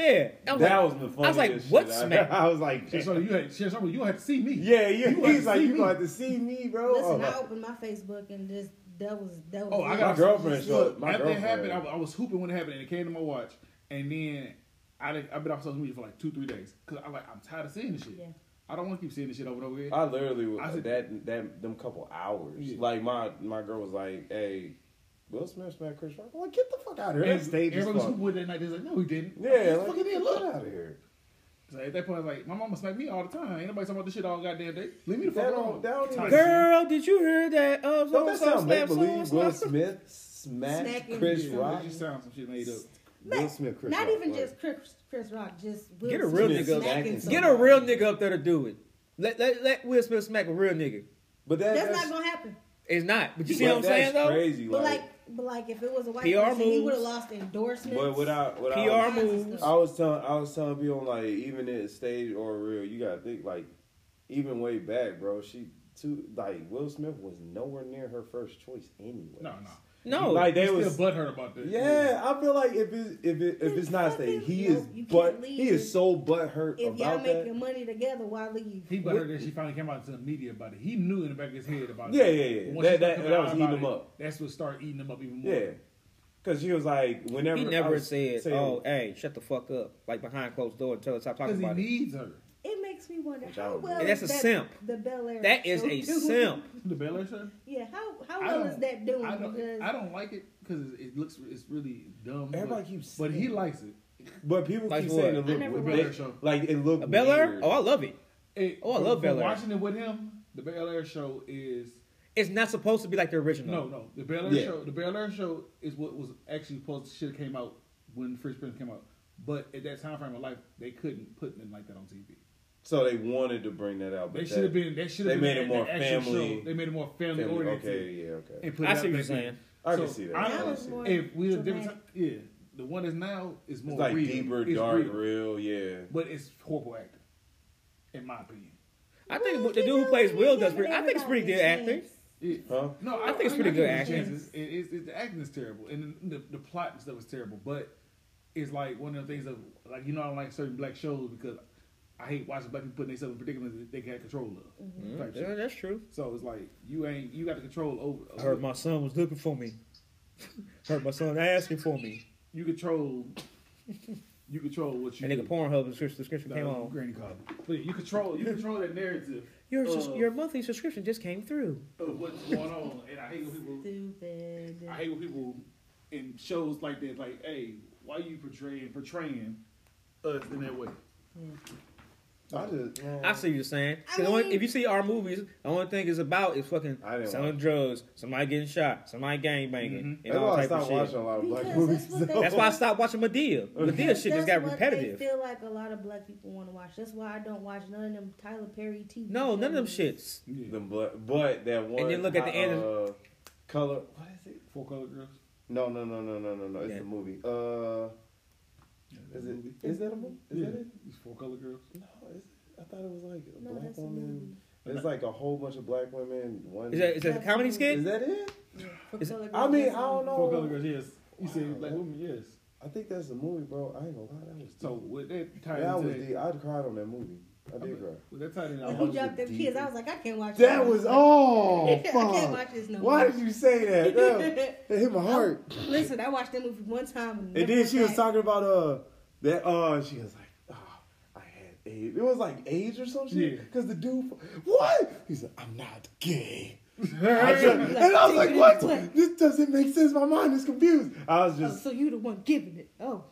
D: Yeah, I was
A: that
D: like,
A: was the funniest.
D: I was like, what
A: shit
D: smack?
A: I, I was like,
C: Shannon Sharp, you had Shannon Sharp, you don't have to see me.
A: yeah, yeah.
C: You
A: He's
C: got
A: like,
C: to see
A: you
C: me.
A: got to see me, bro.
B: Listen,
A: Oh,
B: I opened my Facebook and just that was that was.
C: Oh, I
B: it.
C: got
A: My girlfriend showed up.
C: Look,
A: My
C: after it
A: girlfriend.
C: happened, I, wa- I was hooping when it happened, and it came to my watch. And then I didn't, I've been off social media for like two, three days because I like I'm tired of seeing this shit.
B: Yeah.
C: I don't want to keep seeing this shit over and over again.
A: I literally was
C: I said-
A: that that them couple hours.
C: Yeah.
A: Like my my girl was like, "Hey, Will Smith smacked Chris Rock." I'm like, get the fuck out of here.
C: And
A: That stage is
C: everybody was
A: fucked.
C: hooping with that night. They're like, no, he didn't.
A: Yeah,
C: Yes,
A: like,
C: fucking
A: get
C: did.
A: the fuck
C: Look.
A: out of here.
C: So at that point, I was like, my mama smacked me all the time. Ain't nobody talking about this shit all goddamn day. Leave me the
A: That
C: fuck
A: don't-
C: alone.
A: that don't even-
D: girl, did you hear that? Uh,
A: Don't that sound make believe? Will
D: slap, slap.
A: Smith smacked
B: Smacking
A: Chris
C: Yeah,
A: Rock.
C: It just sounds some shit made up.
A: Will Smith, Chris
B: Not
A: Rock,
B: even
A: like-
B: just Chris, Chris Rock, just Will
D: Get a real
B: Smith
D: nigga up.
B: smacking
A: Get
D: Get a
B: somebody.
D: real nigga up there to do it. Let, let, let Will Smith smack a real nigga.
A: But that,
B: That's not gonna happen.
D: It's not. But you see
A: but
D: what I'm
A: that's
D: saying though?
A: Crazy,
B: But
A: like,
B: like, but like, if it was a white
D: PR
B: person, he
D: moves.
B: would have lost endorsements.
A: but without without
D: PR
B: Kinds of
D: moves.
B: stuff.
A: I was telling I was telling people like even in stage or real, you gotta think like even way back, bro. She too like Will Smith was nowhere near her first choice anyway.
C: No, no.
D: No.
A: like they
C: They was
A: was.
C: still butthurt about this.
A: Yeah, I feel like if it's if it, if it's not stage, he is
B: No, you can't
A: but
B: leave
A: he is so butthurt
B: if y'all
A: about
B: making
A: that.
B: money together, why leave?
C: He butthurt that she finally came out to the media about it. He knew in the back of his head about
A: Yeah,
C: it.
A: yeah, yeah.
C: Once
A: That-
C: he
A: that-
C: found
A: that
C: out
A: was
C: about
A: eating him
C: it,
A: up.
C: That's what started eating him up even more.
A: Yeah, because she was like whenever
D: he
A: I
D: never
A: was
D: said,
A: saying-
D: "Oh, hey, shut the fuck up," like behind closed door and tell us stop talking
C: Because he
D: about it.
C: needs her.
B: It makes me wonder
A: Which I
B: how
A: don't
B: well
A: know.
D: That's
B: is
D: a
B: that-
D: simp.
B: The Bel Air.
D: That is
B: show
D: a
B: doing?
D: simp.
C: The Bel Air show?
B: Yeah, how how
C: I
B: well
C: don't-
B: is that doing?
C: I don't,
B: because
C: I don't like it because it, it looks it's really dumb.
A: Everybody
C: but,
A: keeps
C: but he
A: saying it.
C: likes it.
A: But people
D: Like
A: keep
D: what?
A: saying it
D: I
A: look
B: never
A: weird.
C: watched it.
A: like it looked
D: Bel Air?
A: weird.
D: Oh, I love it.
C: It-
D: Oh, I
C: from-
D: love
C: from
D: Bel Air.
C: Watching it with him, the Bel Air show is
D: It's not supposed to be like the original.
C: no, no. The Bel Air
A: Yeah.
C: show, the Bel Air show is what was actually supposed to should have came out when Fresh Prince came out. But at that time frame of life, they couldn't put them like that on TV.
A: so they wanted to bring that out. But
C: They
A: that-
C: should have been. They should
A: they
C: have
A: made
C: been
A: it more
C: an actual
A: family-
C: Show. They made it more family,
A: family-
C: oriented.
A: Okay, yeah, okay.
C: and put
D: I
C: it
D: see
C: out
D: what
C: there.
D: you're saying.
A: I can see that.
C: I
A: I
B: That
A: can
B: was
A: see
B: more
A: that.
C: If we had different,
B: dramatic.
C: yeah, the one that's now is more
A: It's like
C: real.
A: deeper,
C: It's
A: dark,
C: real.
A: real. yeah.
C: but it's horrible acting, in my opinion.
D: I think
B: Well,
D: the
B: you
D: dude who
B: know,
D: plays
B: you
D: Will
B: give
D: does pretty. I think it's
B: everybody
D: pretty
B: a
D: good acting.
B: chance.
C: It-
A: Huh?
C: No, I,
D: I think it's
C: I-
D: pretty
C: I
D: good
C: give it a
D: acting.
C: chance. It's, it- it's- it's- the acting is terrible, and the, the, the plot and stuff is terrible. But it's like one of the things of like you know I don't like certain black shows because I hate watching black people putting themselves in predicaments that they got control of.
D: Mm-hmm.
C: type shit.
D: Yeah, that's true.
C: So it's like you ain't you got the control over.
D: I heard my son was looking for me. heard my son asking for me.
C: you control. You control what you.
D: And nigga,
C: do.
D: Pornhub subscription, subscription
C: No,
D: came on.
C: Granny called. But you control you control that narrative
D: Your sus-
C: Uh,
D: your monthly subscription just came through.
C: of what's going on, and I hate when people
B: Stupid.
C: I hate when people in shows like that like, hey, why you portraying portraying us in that way?
A: I just,
D: I see what you're saying. 'Cause
B: I
D: the only-
B: mean-
D: if you see our movies, the only thing it's about is fucking
A: I didn't
D: selling
A: watch- Mm-hmm.
D: drugs, somebody getting shot, somebody gang banging, and
A: that's
D: all
A: why I
D: type of
A: stopped
D: shit.
A: watching a lot of black
B: Because
A: movies.
B: that's what they-
D: That's why I stopped watching Medea. Medea
B: Because
D: shit
B: that's
D: just got
B: what
D: repetitive.
B: They feel like a lot of black people want to watch. That's why I don't watch none of them Tyler Perry TV.
D: No, none of them
B: shows.
D: shits.
A: The but, but that one.
D: then look at the
A: uh,
D: end
A: Uh, color. What is it?
C: Four color girls.
A: No, no, no, no, no, no, no. It's
D: Yeah.
A: the movie. Uh, is it? Is that a movie? Is
C: yeah.
A: that it?
C: It's four color girls.
A: No, is it? I thought it was like a
B: No,
A: black
B: that's a movie.
A: woman. It's like a whole bunch of black women. One.
D: Is that is that a comedy skit?
A: is that it?
B: For
D: Is-
B: color
A: I mean,
B: girls,
A: I don't
C: Four color
A: know.
C: girls, yes. Oh. You said black woman, yes.
A: I think that's the movie, bro. I ain't gonna lie. That was
C: So
A: so.
C: with that tied
A: That
C: into
A: was
C: that,
A: deep. I cried on that movie. I did cry.
C: with that tied into
B: When
A: Oh,
B: he
A: that was
B: dropped
A: a
B: them kids, I
A: deep-
B: was like, I can't watch.
A: That
B: this.
A: was oh
B: I can't
A: fuck.
B: watch this no
A: Why
B: more.
A: did you say that? That, that hit my heart.
B: Listen, I watched that movie one time.
A: And then she was talking about uh that uh she was like, oh, I had AIDS. It was like AIDS or some
C: Yeah.
A: shit. Cause the dude, what? He said, I'm not gay. I just- and I was like, what? This doesn't make sense. My mind is confused. I was just
B: so you the one giving it? Oh, all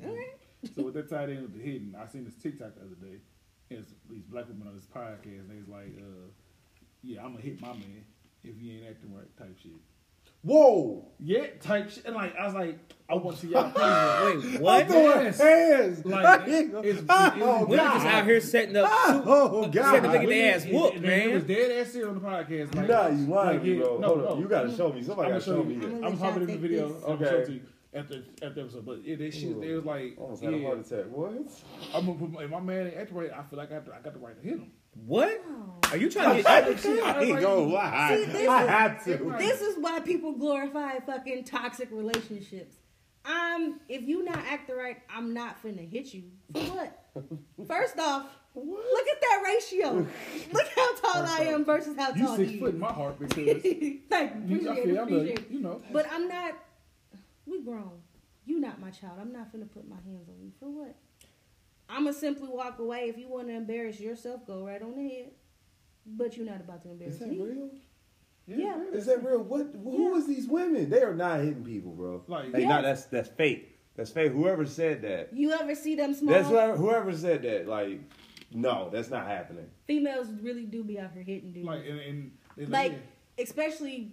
B: right.
C: so with that tied in with the hidden, I seen this TikTok the other day. And it's these black women on this podcast, and it's like, uh, yeah, I'm gonna hit my man if he ain't acting right, type shit.
A: whoa.
C: Yeah, type shit. And like, I was like, I want to see y'all crazy.
D: Wait,
A: I'm
D: what?
A: throwing
C: Yes.
A: hands.
C: Like,
A: Like,
C: it's-
A: oh,
D: Women just out
A: God.
D: here setting up.
A: Oh,
D: Said the
A: God.
D: nigga they ass whooped,
C: It was
D: man.
C: dead ass serious on the podcast. Like,
A: Nah, you lying,
C: like, yeah,
A: bro.
C: no,
A: Hold
C: no.
A: on. You gotta show me.
C: I'm
A: Somebody
C: gonna
A: gotta
C: show you.
A: me this.
B: I'ma
C: I'm
B: let
C: popping
B: y'all
C: in the
B: take
C: video.
B: this.
C: I'm gonna show it
A: Okay.
C: to you after after episode. But yeah, they shit, they was like,
A: Almost had a
C: yeah,
A: heart attack. What?
C: I'm gonna put my, if my man ain't acting right. I feel like I, I got the right to hit him.
D: What? Are you trying to
A: I
D: get?
A: ain't gonna lie.
B: See, this
A: I
B: is-
A: had to.
B: This is why people glorify fucking toxic relationships. I'm if you not acting right, I'm not finna hit you. For what? First off, look at that ratio. Look how tall I am versus how
C: You
B: tall
C: six
B: he
C: foot in
B: is.
C: my heart because you,
B: like,
C: I
B: appreciate, it,
C: feel, I love
B: appreciate
C: you,
B: it.
C: you know.
B: But I'm not we grown. You not my child. I'm not finna put my hands on you. For what? I'ma simply walk away. If you wanna embarrass yourself, go right on ahead. But you're not about to embarrass
A: Is that
B: me.
A: real?
B: Yeah.
A: Is that real? What? Who is these women? They are not hitting people, bro.
C: Like-
A: They
B: Yeah.
A: not- that's that's fake. That's fake. Whoever said that.
B: You ever see them small
A: That's whoever, whoever said that. Like, no, that's not happening.
B: females really do be out here hitting dudes.
C: Like
B: Like,
C: and, and, and yeah.
B: especially,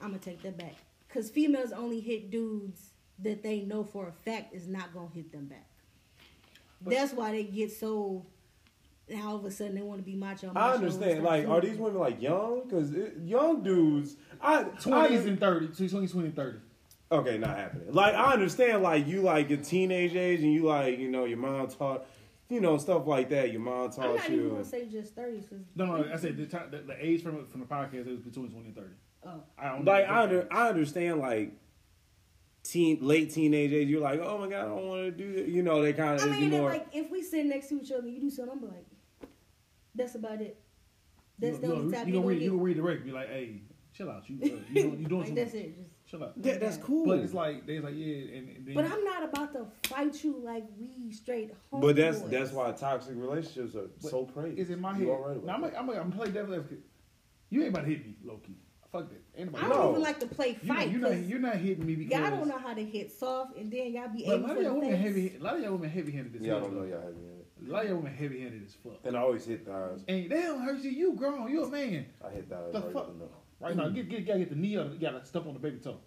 B: I'm gonna take that back Cause females only hit dudes that they know for a fact is not gonna hit them back. That's why they get so. Now all of a sudden they want to be macho.
A: I
B: macho and
A: understand.
B: stuff,
A: Like,
B: too.
A: are these women like young? Because young dudes, I
C: Twenties
A: I-
C: and 30, 20, 20 and thirty.
A: Okay, not happening. Like I understand, like you like your teenage age, and you like you know your mom taught, you know stuff like that. Your mom
B: I'm
A: taught
B: not even
A: you.
B: gonna
A: and-
B: say just thirty. 'cause-
C: No, no, I said the, time, the, the age from from the podcast is between twenty and thirty.
B: Oh,
C: I don't
A: Like
C: know.
A: I under, I understand like teen late teenage age. You're like, oh my god, I don't want to do that. You know, they kind
B: I
A: of
B: mean, and
A: more.
B: like if we sit next to each other, and you do something. I'm like, that's about it. That's
C: you,
B: the
C: you
B: only
C: know,
B: time
C: you
B: you
C: know,
B: gonna
C: read,
B: get.
C: you gonna read the record. Be like, hey, chill out. You uh, you doing- you doing
B: Like,
C: too
B: that's
C: much.
B: it. Just,
C: Chill out.
A: That- that's cool.
C: But it's like they like yeah, and, and then
B: but I'm not about to fight you like we straight.
A: but that's
B: homeboys.
A: that's why toxic relationships are
C: But
A: so crazy.
C: is in my head.
A: You all right about
C: now, I'm,
A: that.
C: like, I'm, like, I'm playing devil advocate. You ain't about to hit me, Loki. Fuck that. Ain't
B: I
C: nobody.
B: don't
A: No.
B: even like to play
C: You,
B: fight.
C: you're
B: 'cause
C: not. You're not hitting me because
B: y'all don't know how to hit soft, and then y'all be
C: But a
B: aiming
C: lot
B: for
C: of y'all
B: the
C: women
B: face.
C: heavy. A lot of y'all women heavy handed as
A: y'all
C: hell,
A: don't know
C: though.
A: y'all have it.
C: A lot of y'all women heavy handed as fuck.
A: And I always hit thighs.
C: And they don't hurt you. You grown. You a man.
A: I hit thighs.
C: The
A: right
C: fuck?
A: in the-
C: Right now, get, get, gotta get the knee up. You gotta step on the baby toe.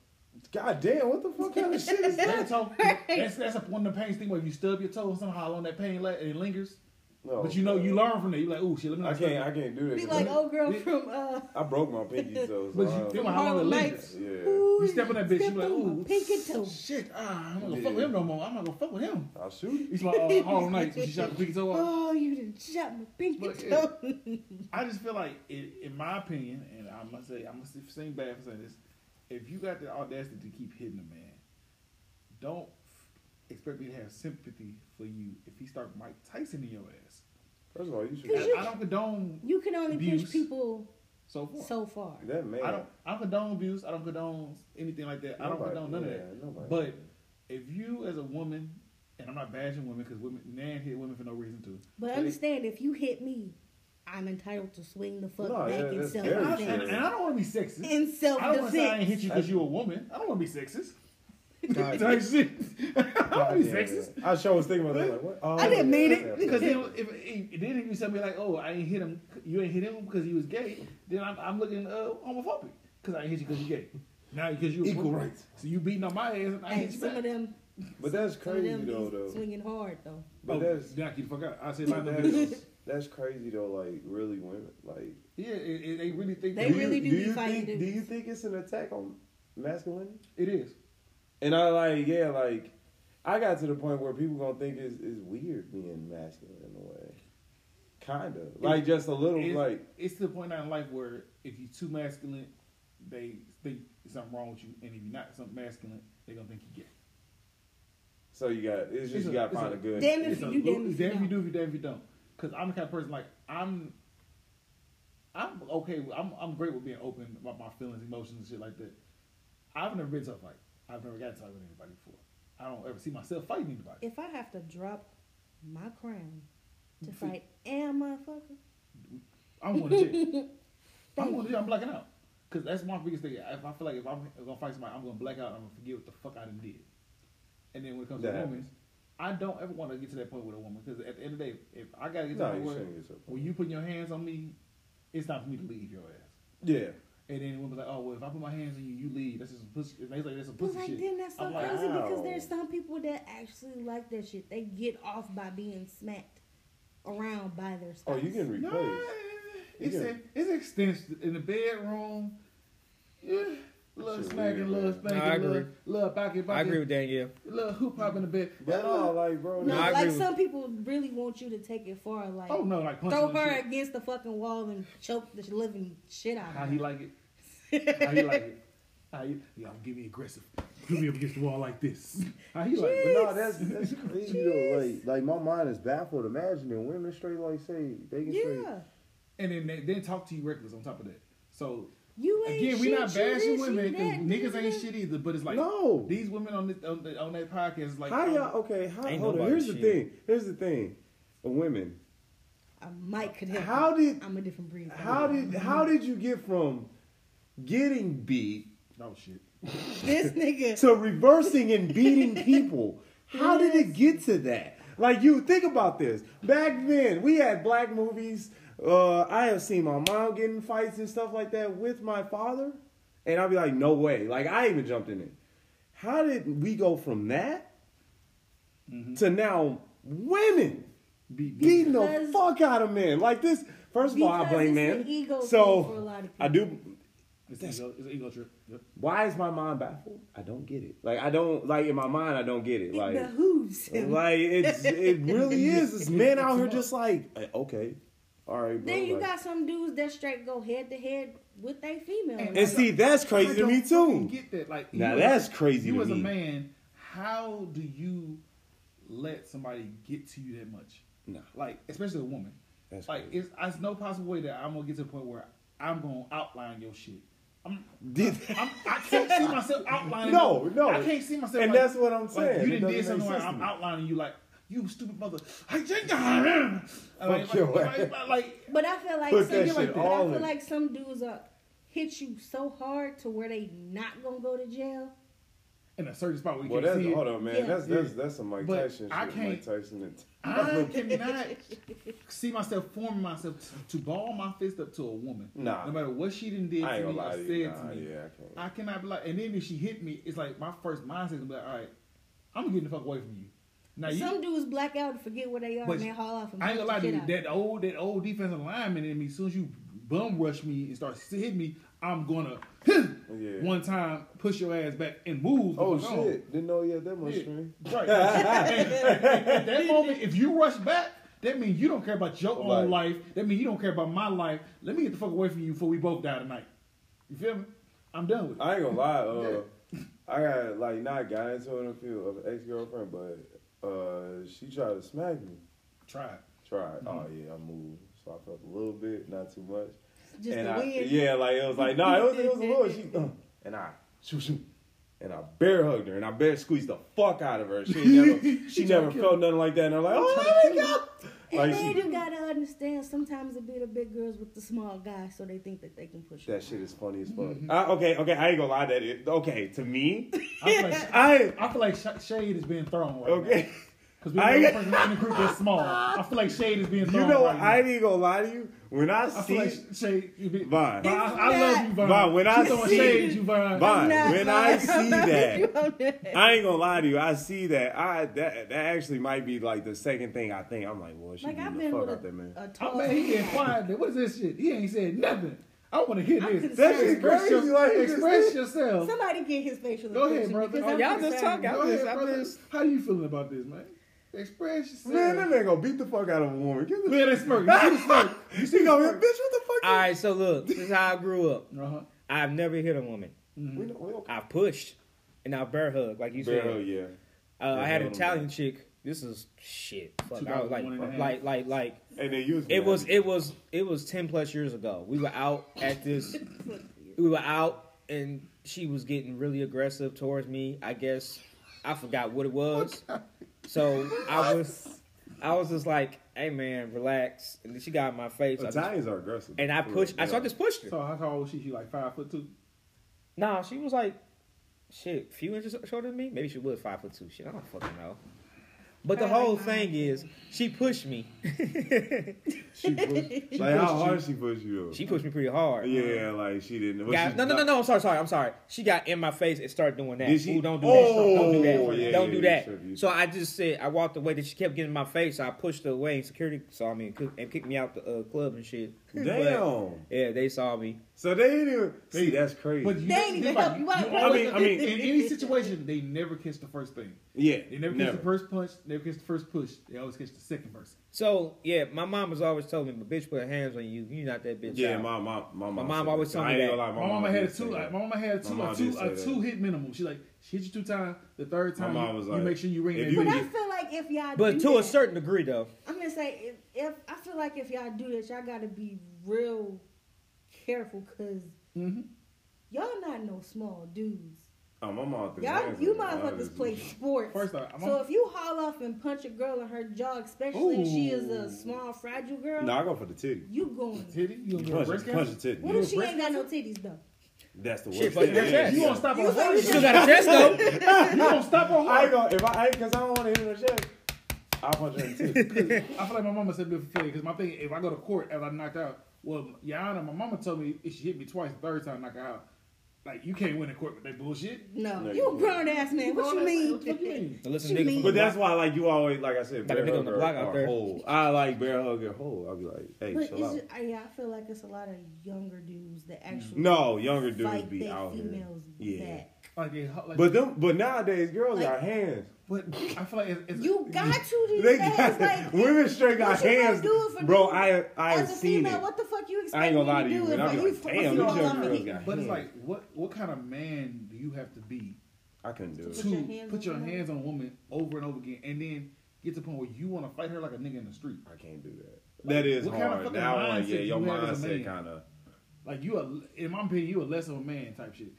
A: God damn! What the fuck kind of shit is that?
C: Baby toe. That's that's one of the pains thing where if you stub your toe somehow along that pain la- it lingers.
A: No,
C: but you know you
A: uh,
C: learn from that. You like, oh shit, let me
A: I
C: not.
A: can't.
C: stub-
A: I can't do that.
B: Be
A: 'cause
B: like
A: I-
B: old girl
C: Yeah.
B: from uh,
A: I broke my pinky toe. So
C: But
A: I-
C: you think about how long it
B: Harlem
C: lingers.
B: Nights.
A: Yeah.
B: Ooh,
C: You step on that bitch, you
B: stepped
C: like,
B: on my
C: ooh.
B: pinky toe.
C: Shit, ah, I'm not gonna
A: Yeah.
C: fuck with him no more. I'm not gonna fuck with him.
A: I'll shoot it.
C: He's like, uh, Harlem Nights. She shot the big toe off.
B: Oh, you done shot my pinky
C: But, yeah.
B: toe.
C: I just feel like, in, in my opinion, and I must say, I must seem bad for saying this. If you got the audacity to keep hitting a man, don't f- expect me to have sympathy for you if he start Mike Tyson in your ass.
A: First of all, you should.
B: Cause you-
C: I, I don't condone
B: You can only
C: Abuse.
B: push people
C: so far.
B: so far.
A: that man.
C: I don't. I don't condone abuse. I don't condone anything like that. I don't
A: Nobody-
C: condone none
A: yeah,
C: of that.
A: nobody-
C: But if you, as a woman, and I'm not bashing women because women, man, hit women for no reason too.
B: But
C: But
B: understand, if you hit me, I'm entitled to swing the fuck
A: No,
B: back
A: yeah,
B: in
A: that's
B: self
A: very
C: And I,
A: fair.
B: defense.
C: and, and I don't want to be sexist.
B: In self
C: I don't want to say I ain't
B: defense.
C: hit you because you're a woman. I don't want to be sexist.
A: God
C: Type shit. I don't want to be
A: damn it.
C: Oh, sexist.
A: I sure was thinking about that. Like, what? Oh,
B: I didn't mean
A: yeah,
B: it.
A: yeah.
C: Because then, if, if, if then if you somebody like, oh, I ain't hit him, you ain't hit him because he was gay, then I'm, I'm looking uh, homophobic because I ain't hit you because you gay. Now because you a
A: Equal
C: woman.
A: rights.
C: So you beating on my ass and I
B: Hey,
C: hit you
B: some
C: back.
B: of them,
A: But that's
B: some of
A: crazy
B: them
A: though,
B: be
A: though.
B: swinging hard though.
A: But
C: oh,
A: that's
C: knock you the fuck out. I say like
A: but
C: that.
A: that's that's crazy though. Like really, women like.
C: Yeah, it, it, they really think
B: They
C: that
B: really do
A: do
B: be
A: you
B: fighting
A: think? Do
B: dudes.
A: you think it's an attack on masculinity?
C: it is.
A: And I like, yeah, like. I got to the point where people gonna think it's, it's weird being masculine in a way, kind of like just a little
C: It's,
A: like
C: it's to the point now in life where if you're too masculine, they think something wrong with you, and if you're not something masculine, they gonna think you gay.
A: so you got it's just
C: It's
A: you
C: a-
A: got to
C: it's
A: find
C: a-
A: a good
B: Damn it.
C: It's
B: if
C: a
B: you do,
C: lo-
B: if you
C: damn if you
B: don't.
C: do, if you damn if you don't. Because I'm the kind of person like I'm, I'm okay. with- I'm I'm great with being open about my feelings, emotions, and shit like that. I've never been to a fight. I've never got to fight with anybody before. I don't ever see myself fighting anybody.
B: If I have to drop my crown to fight and motherfucker,
C: I'm going to jail. I'm going to jail. I'm blacking out. Cause that's my biggest thing. If I feel like if I'm gonna fight somebody, I'm gonna black out. I'm gonna forget what the fuck I done did. And then when it comes
A: That
C: to
A: happens.
C: women, I don't ever want to get to that point with a woman. Cause at the end of the day, if I gotta get to
A: No, you
C: that point where-
A: shouldn't get to that point.
C: when you put your hands on me, it's not for me to leave your ass.
A: yeah.
C: And then the woman's like, oh well, if I put my hands on you, you leave. That's just some pussy. It's like that's some
B: but
C: pussy
B: like
C: shit.
B: then that's so
C: I'm like,
B: crazy
A: wow.
B: because there's some people that actually like that shit. They get off by being smacked around by their spouse.
A: Oh, you getting
C: Nah,
A: replaced?
C: it's
A: Yeah.
C: a, it's extensive in the bedroom. Yeah, little
A: Shit weird,
C: smacking, little
A: man.
D: Nah, I
C: spanking, little
D: agree.
C: little pocket,
D: I agree
C: pocket,
D: with Danielle.
C: little hoop hop in the bed. uh,
A: But no, like, bro,
B: No,
D: No, I
A: that-
D: agree
B: like
D: with-
B: some people really want you to take it far, like
C: oh no, like punching
B: throw
C: and
B: her
C: shit.
B: against the fucking wall and choke the living shit out
C: How
B: of
C: he
B: her.
C: like it? How he like it? How he, y'all give me aggressive. Put me up against the wall like this. How he like?
A: but no, that's that's crazy though. Like, like my mind is baffled. Imagining women straight like say they can straight.
B: yeah,
C: And then they, then talk to you reckless on top of that. So
B: you ain't
C: Again,
B: shit,
C: we not
B: you this,
C: bashing
B: you
C: women
B: that,
C: because niggas
B: da-da-da-da.
C: ain't shit either. But it's like
A: No.
C: these women on this on, the, on that podcast is like um, oh,
A: How y'all? Okay, how,
D: Ain't
A: hold on.
D: nobody
A: Here's the
D: shit.
A: thing. Here's the thing. Women,
B: Uh, Mike could help.
A: How
B: me.
A: did-
B: I'm a different breed?
A: how did how did you get from getting beat
C: oh shit.
B: this nigga?
A: to reversing and beating people? How did it get to that? Like you think about this. Back then, we had black movies. Uh, I have seen my mom getting fights and stuff like that with my father. And I'd be like, no way. Like I even jumped in it. How did we go from that to now women
C: Beat-
A: beating the
B: Because-
A: fuck out of men? Like this. First of all, I
B: Because
A: blame
B: it's
A: men.
B: an ego thing for a lot
A: so
B: of
A: I do.
C: It's an ego, it's an ego trip. Yep.
A: Why is my mind baffled? I don't get it. Like I don't like in my mind. I don't get it.
B: It
A: Like
B: behooves him.
A: like it's it really is. It's men out here just like eh, okay, all right. Bro,
B: then you
A: like-
B: got some dudes that straight go head to head with they female.
C: And
A: And see, that's
C: I
A: crazy to
C: don't
A: me
C: fucking
A: too.
C: Get that? Like
A: Now
C: you as-
A: that's crazy
C: You
A: to
C: as a
A: me.
C: man, how do you let somebody get to you that much?
A: No.
C: Like especially a woman.
A: That's
C: like
A: crazy.
C: it's there's no possible way that I'm gonna get to the point where I'm gonna outline your shit. I'm,
A: Did-
C: I'm, I can't see myself outlining.
A: No,
C: you.
A: no.
C: I can't see myself.
A: And
C: like-
A: that's what I'm
C: like,
A: saying. It
C: you
A: doesn't
C: didn't did
A: make
C: something where
A: sense to
C: I'm
A: me.
C: outlining you like you stupid mother. I just like, like,
A: your
C: like,
A: ass.
C: like
B: But I feel like
A: Put
B: some,
A: that shit
B: but I
A: all
B: feel
A: in.
B: like some dudes uh, hit you so hard to where they not gonna go to jail.
C: in a certain spot where you
A: Well,
C: can't
A: that's
C: see it.
A: hold on, man.
B: Yeah.
A: That's that's that's some Mike
C: But
A: Tyson
C: I
A: shit.
C: can't-
A: Mike Tyson. And
C: I cannot see myself forming myself to ball my fist up to a woman.
A: Nah.
C: No matter what she done did
A: I ain't gonna
C: to me, or
A: lie to
C: said to me,
A: you. Nah, yeah, I can't.
C: I cannot be like. And then if she hit me, it's like my first mindset is gonna be like, all right, I'm getting the fuck away from you. Now you,
B: some dudes black out and forget where they are
C: But
B: and they haul off. And
C: I ain't gonna lie to
B: shit
C: you.
B: out.
C: That old, that old defensive lineman in me. As soon as you bum rush me and start hitting me, I'm gonna
A: Yeah.
C: one time push your ass back and move. the
A: Oh
C: fuck on.
A: shit! Didn't know you had that much
C: Yeah,
A: stream.
C: Right. And- and- and at that moment, if you rush back, that means you don't care about your own
A: Right.
C: life. That means you don't care about my life. Let me get the fuck away from you before we both die tonight. You feel me? I'm done with it.
A: I ain't gonna lie. Uh, I got like not got into an appeal of an ex girlfriend, but uh, she tried to smack me.
C: Try it.
A: Tried.
B: Mm-hmm.
A: Oh yeah, I moved, so I felt a little bit, not too much.
B: Just
A: and
B: the
A: I,
B: wind.
A: Yeah, like it was like no, it was it was a little. She, uh, and I shoot shoot, and I bear hugged her, and I bear squeezed the fuck out of her. She ain't never she never felt nothing like that. And I'm like, oh there you go.
B: And
A: Like
B: then
A: she,
B: you gotta understand sometimes it be the big girls with the small guys, so they think that they can push.
A: that
B: them.
A: shit is funny as fuck.
B: Mm-hmm.
A: I, okay, okay, I ain't gonna lie. That it, okay to me,
C: I feel like,
A: I
C: I feel like sh- shade is being thrown right
A: okay.
C: Because we're
A: I-
C: the only person in the group that's small. I feel like shade is being
A: You
C: thrown
D: Oh
A: know what?
C: right
A: I
C: now.
A: ain't gonna lie to you. When I
C: I feel
A: see,
C: like sh- shade. You be,
A: Vine.
C: Vine, I, I love you, Vine.
A: Vine, when I
C: She's throwing
A: see-
C: shade, you Vine.
A: Vine,
B: Nah,
A: when
B: nah,
A: I see
B: I'm
A: that,
B: with you on that.
A: I ain't gonna lie to you. I see that. I that that actually might be like the second thing I think. I'm like, well, she
B: Like
A: beating
B: I've
A: the
B: been
A: fuck
B: with
A: out that man.
B: a, a
C: Oh
B: tall.
C: man, he getting quiet. there. What is this shit? He ain't said nothing. I want to hear
B: I'm
C: this.
B: concerned. That shit
C: Express
A: crazy,
C: your-
A: like, it's
C: express
A: just-
C: yourself.
B: Somebody get his facial
C: Go ahead,
B: expression
C: brother.
B: because
C: Oh,
B: I'm
D: y'all just
B: concerned.
D: talk.
C: Go
D: I'm
C: ahead,
D: just- I'm
C: brother.
D: just-
C: How you feeling about this, man? Express yourself.
A: Man, that man gonna beat the fuck out of a woman. Get the
C: Look at that smirk. You see the smirk.
A: You see, go, bitch, what the fuck?
D: All right, so look, this is how I grew up.
C: Uh huh.
D: I've never hit a woman.
A: We don't, we don't
D: I pushed, and I bear hug like you said.
A: Barrel, yeah.
D: Uh, I had an
A: Barrel.
D: Italian chick. This is shit. Fuck, I was like,
C: 2001 and a half.
D: like, like, like.
A: And they used
D: It was, it was, it was ten plus years ago. We were out at this. we were out, and she was getting really aggressive towards me. I guess I forgot what it was. So I was, I was just like, "Hey man, relax." And then she got in my face. I just-
A: Italians are aggressive.
D: and I
A: For
D: pushed.
A: real,
D: I, so I
A: yeah.
D: just pushed her.
C: So how tall was she? She like five foot two.
D: Nah, she was like, shit, few inches shorter than me. Maybe she was five foot two. Shit, I don't fucking know. But the
B: Probably
D: whole
B: not.
D: thing is, she pushed me.
A: She pushed, like
C: pushed
A: how hard
C: you.
A: she pushed you?
D: she pushed me pretty hard.
A: yeah, like she didn't.
D: Got-
A: she-
D: no, no, no, no. I'm sorry, sorry. I'm sorry. She got in my face and started doing that.
A: Did she?
D: Ooh, don't do
A: Oh,
D: that. Don't do that.
A: yeah,
D: don't
A: yeah,
D: do
A: you
D: that.
A: should, you
D: so
A: should.
D: I just said, I walked away. That she kept getting in my face. So I pushed her away, and security saw me and, cou- and kicked me out the uh, club and shit. But,
A: Damn.
D: yeah, they saw me.
A: So they didn't even. See, that's crazy.
C: But you,
B: They ain't even
C: like,
B: help you out.
A: I mean- I mean-
C: in any situation, they never catch the first thing.
A: yeah,
C: They never catch
A: never.
C: the first punch. Never catch the first push. They always catch the second person.
D: So yeah, my mom has always told me, "But bitch, put her hands on you. You not that bitch."
A: Yeah,
D: out."
A: my mom, my mom.
D: mom always told me that.
C: My, mama had a two.
A: Like,
C: Like, my mama had
A: My
C: a two.
A: mom
C: a
A: did
C: two.
A: say
C: A
A: that.
C: two hit minimum. She like she hit you two times. The third
A: My
C: time,
A: mom
C: you,
A: was
C: you
A: like,
C: make sure you ring
A: if
C: that.
A: you
B: But
C: bell.
B: I feel like if y'all do
D: But to
B: that,
D: a certain degree, though.
B: I'm gonna say if, if I feel like if y'all do that, y'all gotta be real careful because
C: Mhm.
B: y'all not no small dudes.
A: oh, my mom. threw
B: Y'all,
A: hands
B: you
A: on me. I was
B: motherfuckers
A: just-
B: play sports.
C: First off, I'm-
B: so if you haul off and punch a girl in her jaw, especially if she is
A: Ooh.
B: a small, fragile girl,
A: No, I go for the titty.
B: you going.
C: Titty, you gonna get a
A: Punch, it,
C: breast
A: punch
C: cancer?
A: the titty.
B: What
A: Yeah.
B: if she ain't got no titties though?
A: That's the worst.
D: Shit, but
A: thing.
D: that's it.
C: You gonna stop on
B: You-
C: hard?
B: you
C: You
D: Still got a chest though.
C: gonna stop on
A: I ain't
C: hard?
A: gonna if I because I don't want to hit her in the chest. I'll punch her in the titty.
C: I feel like my mama said me for failure because my thing, if I go to court and I'm knocked out, well, Your Honor, my mama told me if she hit me twice, the third time I knock her out, Like you can't win in court with that bullshit.
B: No,
A: No,
B: you
A: you-
B: a grown ass man. What you mean?
E: What you mean?
D: The listen
B: What you
D: nigga from
B: mean?
D: the
A: But that's
D: block-
A: why, like you always, like I said,
D: Got a
A: bear
D: nigga on the
A: hugger
D: block out
A: or
D: there.
A: whole. I like bear hugger whole. I'll be like, hey,
B: But
A: chill
B: it's
A: out.
B: just, I, yeah, I feel like it's a lot of younger dudes that actually
A: No, younger dudes
B: fight
A: be
B: their
A: out here.
B: females
A: Yeah.
B: back.
C: Like, they, like
A: But them, but nowadays girls
B: Like-
A: got hands.
C: but I feel like it's, it's
B: You got to these
A: They
B: days.
A: got,
B: like,
A: women straight got
B: what you gonna
A: hands,
B: do if a
A: bro.
B: dude-
A: I I have
B: as a
A: seen
B: female,
A: it.
B: what the fuck you expect
A: I ain't gonna lie to
B: me
A: you,
B: do
A: and
B: if
A: I'm
B: I-
A: like,
B: you
A: damn,
B: know,
A: these young
B: I'ma
A: girls
B: hit
A: got
C: But
A: hands.
C: it's like, what what kind of man do you have to be
A: I couldn't do
C: to
A: it.
C: put your hands,
B: hands on
C: on,
B: a woman?
C: a woman over and over again, and then get to the point where you want to fight her like a nigga in the street?
A: I can't do that. That is
C: what kind of
A: hard.
C: fucking
A: Now I'm like,
C: mindset
A: yeah,
C: do
A: your
C: you have as a
A: mindset
C: man?
A: kind of.
C: Like you are, in my opinion, you a less of a man type shit.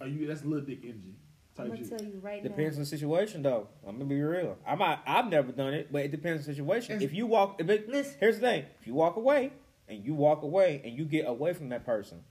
C: Are you that's little dick energy
B: I'm
C: type
B: gonna
C: shit?
B: tell you right
D: Depends
B: now.
D: on the situation, though. I'm gonna be real. I might, I've never done it, but it depends on the situation. If you walk, if it,
B: Listen.
D: here's the thing: if you walk away and you walk away and you get away from that person,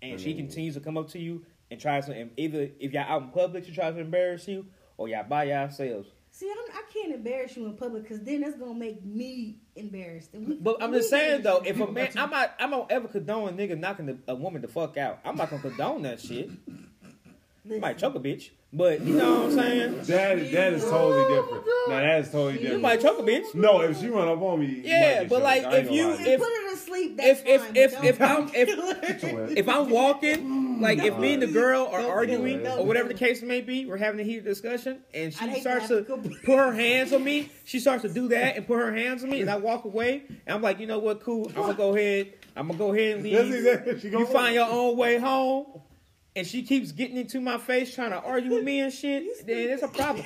D: and she
A: Mhm.
D: continues to come up to you and tries to, and either if y'all out in public, she tries to embarrass you, or y'all by yourselves.
B: See, I'm, I can't embarrass you in public because then that's gonna make me embarrassed. And we,
D: But I'm just
B: we
D: saying though, if a
C: People
D: man,
C: got you-
D: I'm not, I'm not ever condone a nigga knocking the, a woman the fuck out. I'm not gonna condone that shit. You
B: Listen,
D: might choke a bitch, but you know what I'm saying.
A: That is that is totally different. Now that is totally
D: You
A: different.
D: might choke a bitch.
A: no, if she run up on me, you might
D: Yeah,
A: get
D: but
A: choked.
D: like,
A: I ain't
D: if
A: gonna
D: you-
A: lie to
B: if you put her to sleep, that's
D: If if
B: fine,
D: if
B: but
D: if
B: don't-
D: I'm if
A: If,
D: if I'm walking, like if me and the girl are
B: Don't
D: arguing
A: do it.
D: or whatever the case may be, we're having a heated discussion, and
B: I'd hate
D: she
B: to
D: starts to
B: have to go-
D: put her hands on me. She starts to do that and put her hands on me, and I walk away. And I'm like, you know what? Cool. I'm gonna go ahead. I'm gonna go ahead and
A: That's
D: leave.
A: exactly. She
D: You find your own way home. And she keeps getting into my face, trying to argue with me and shit. Then it's a problem.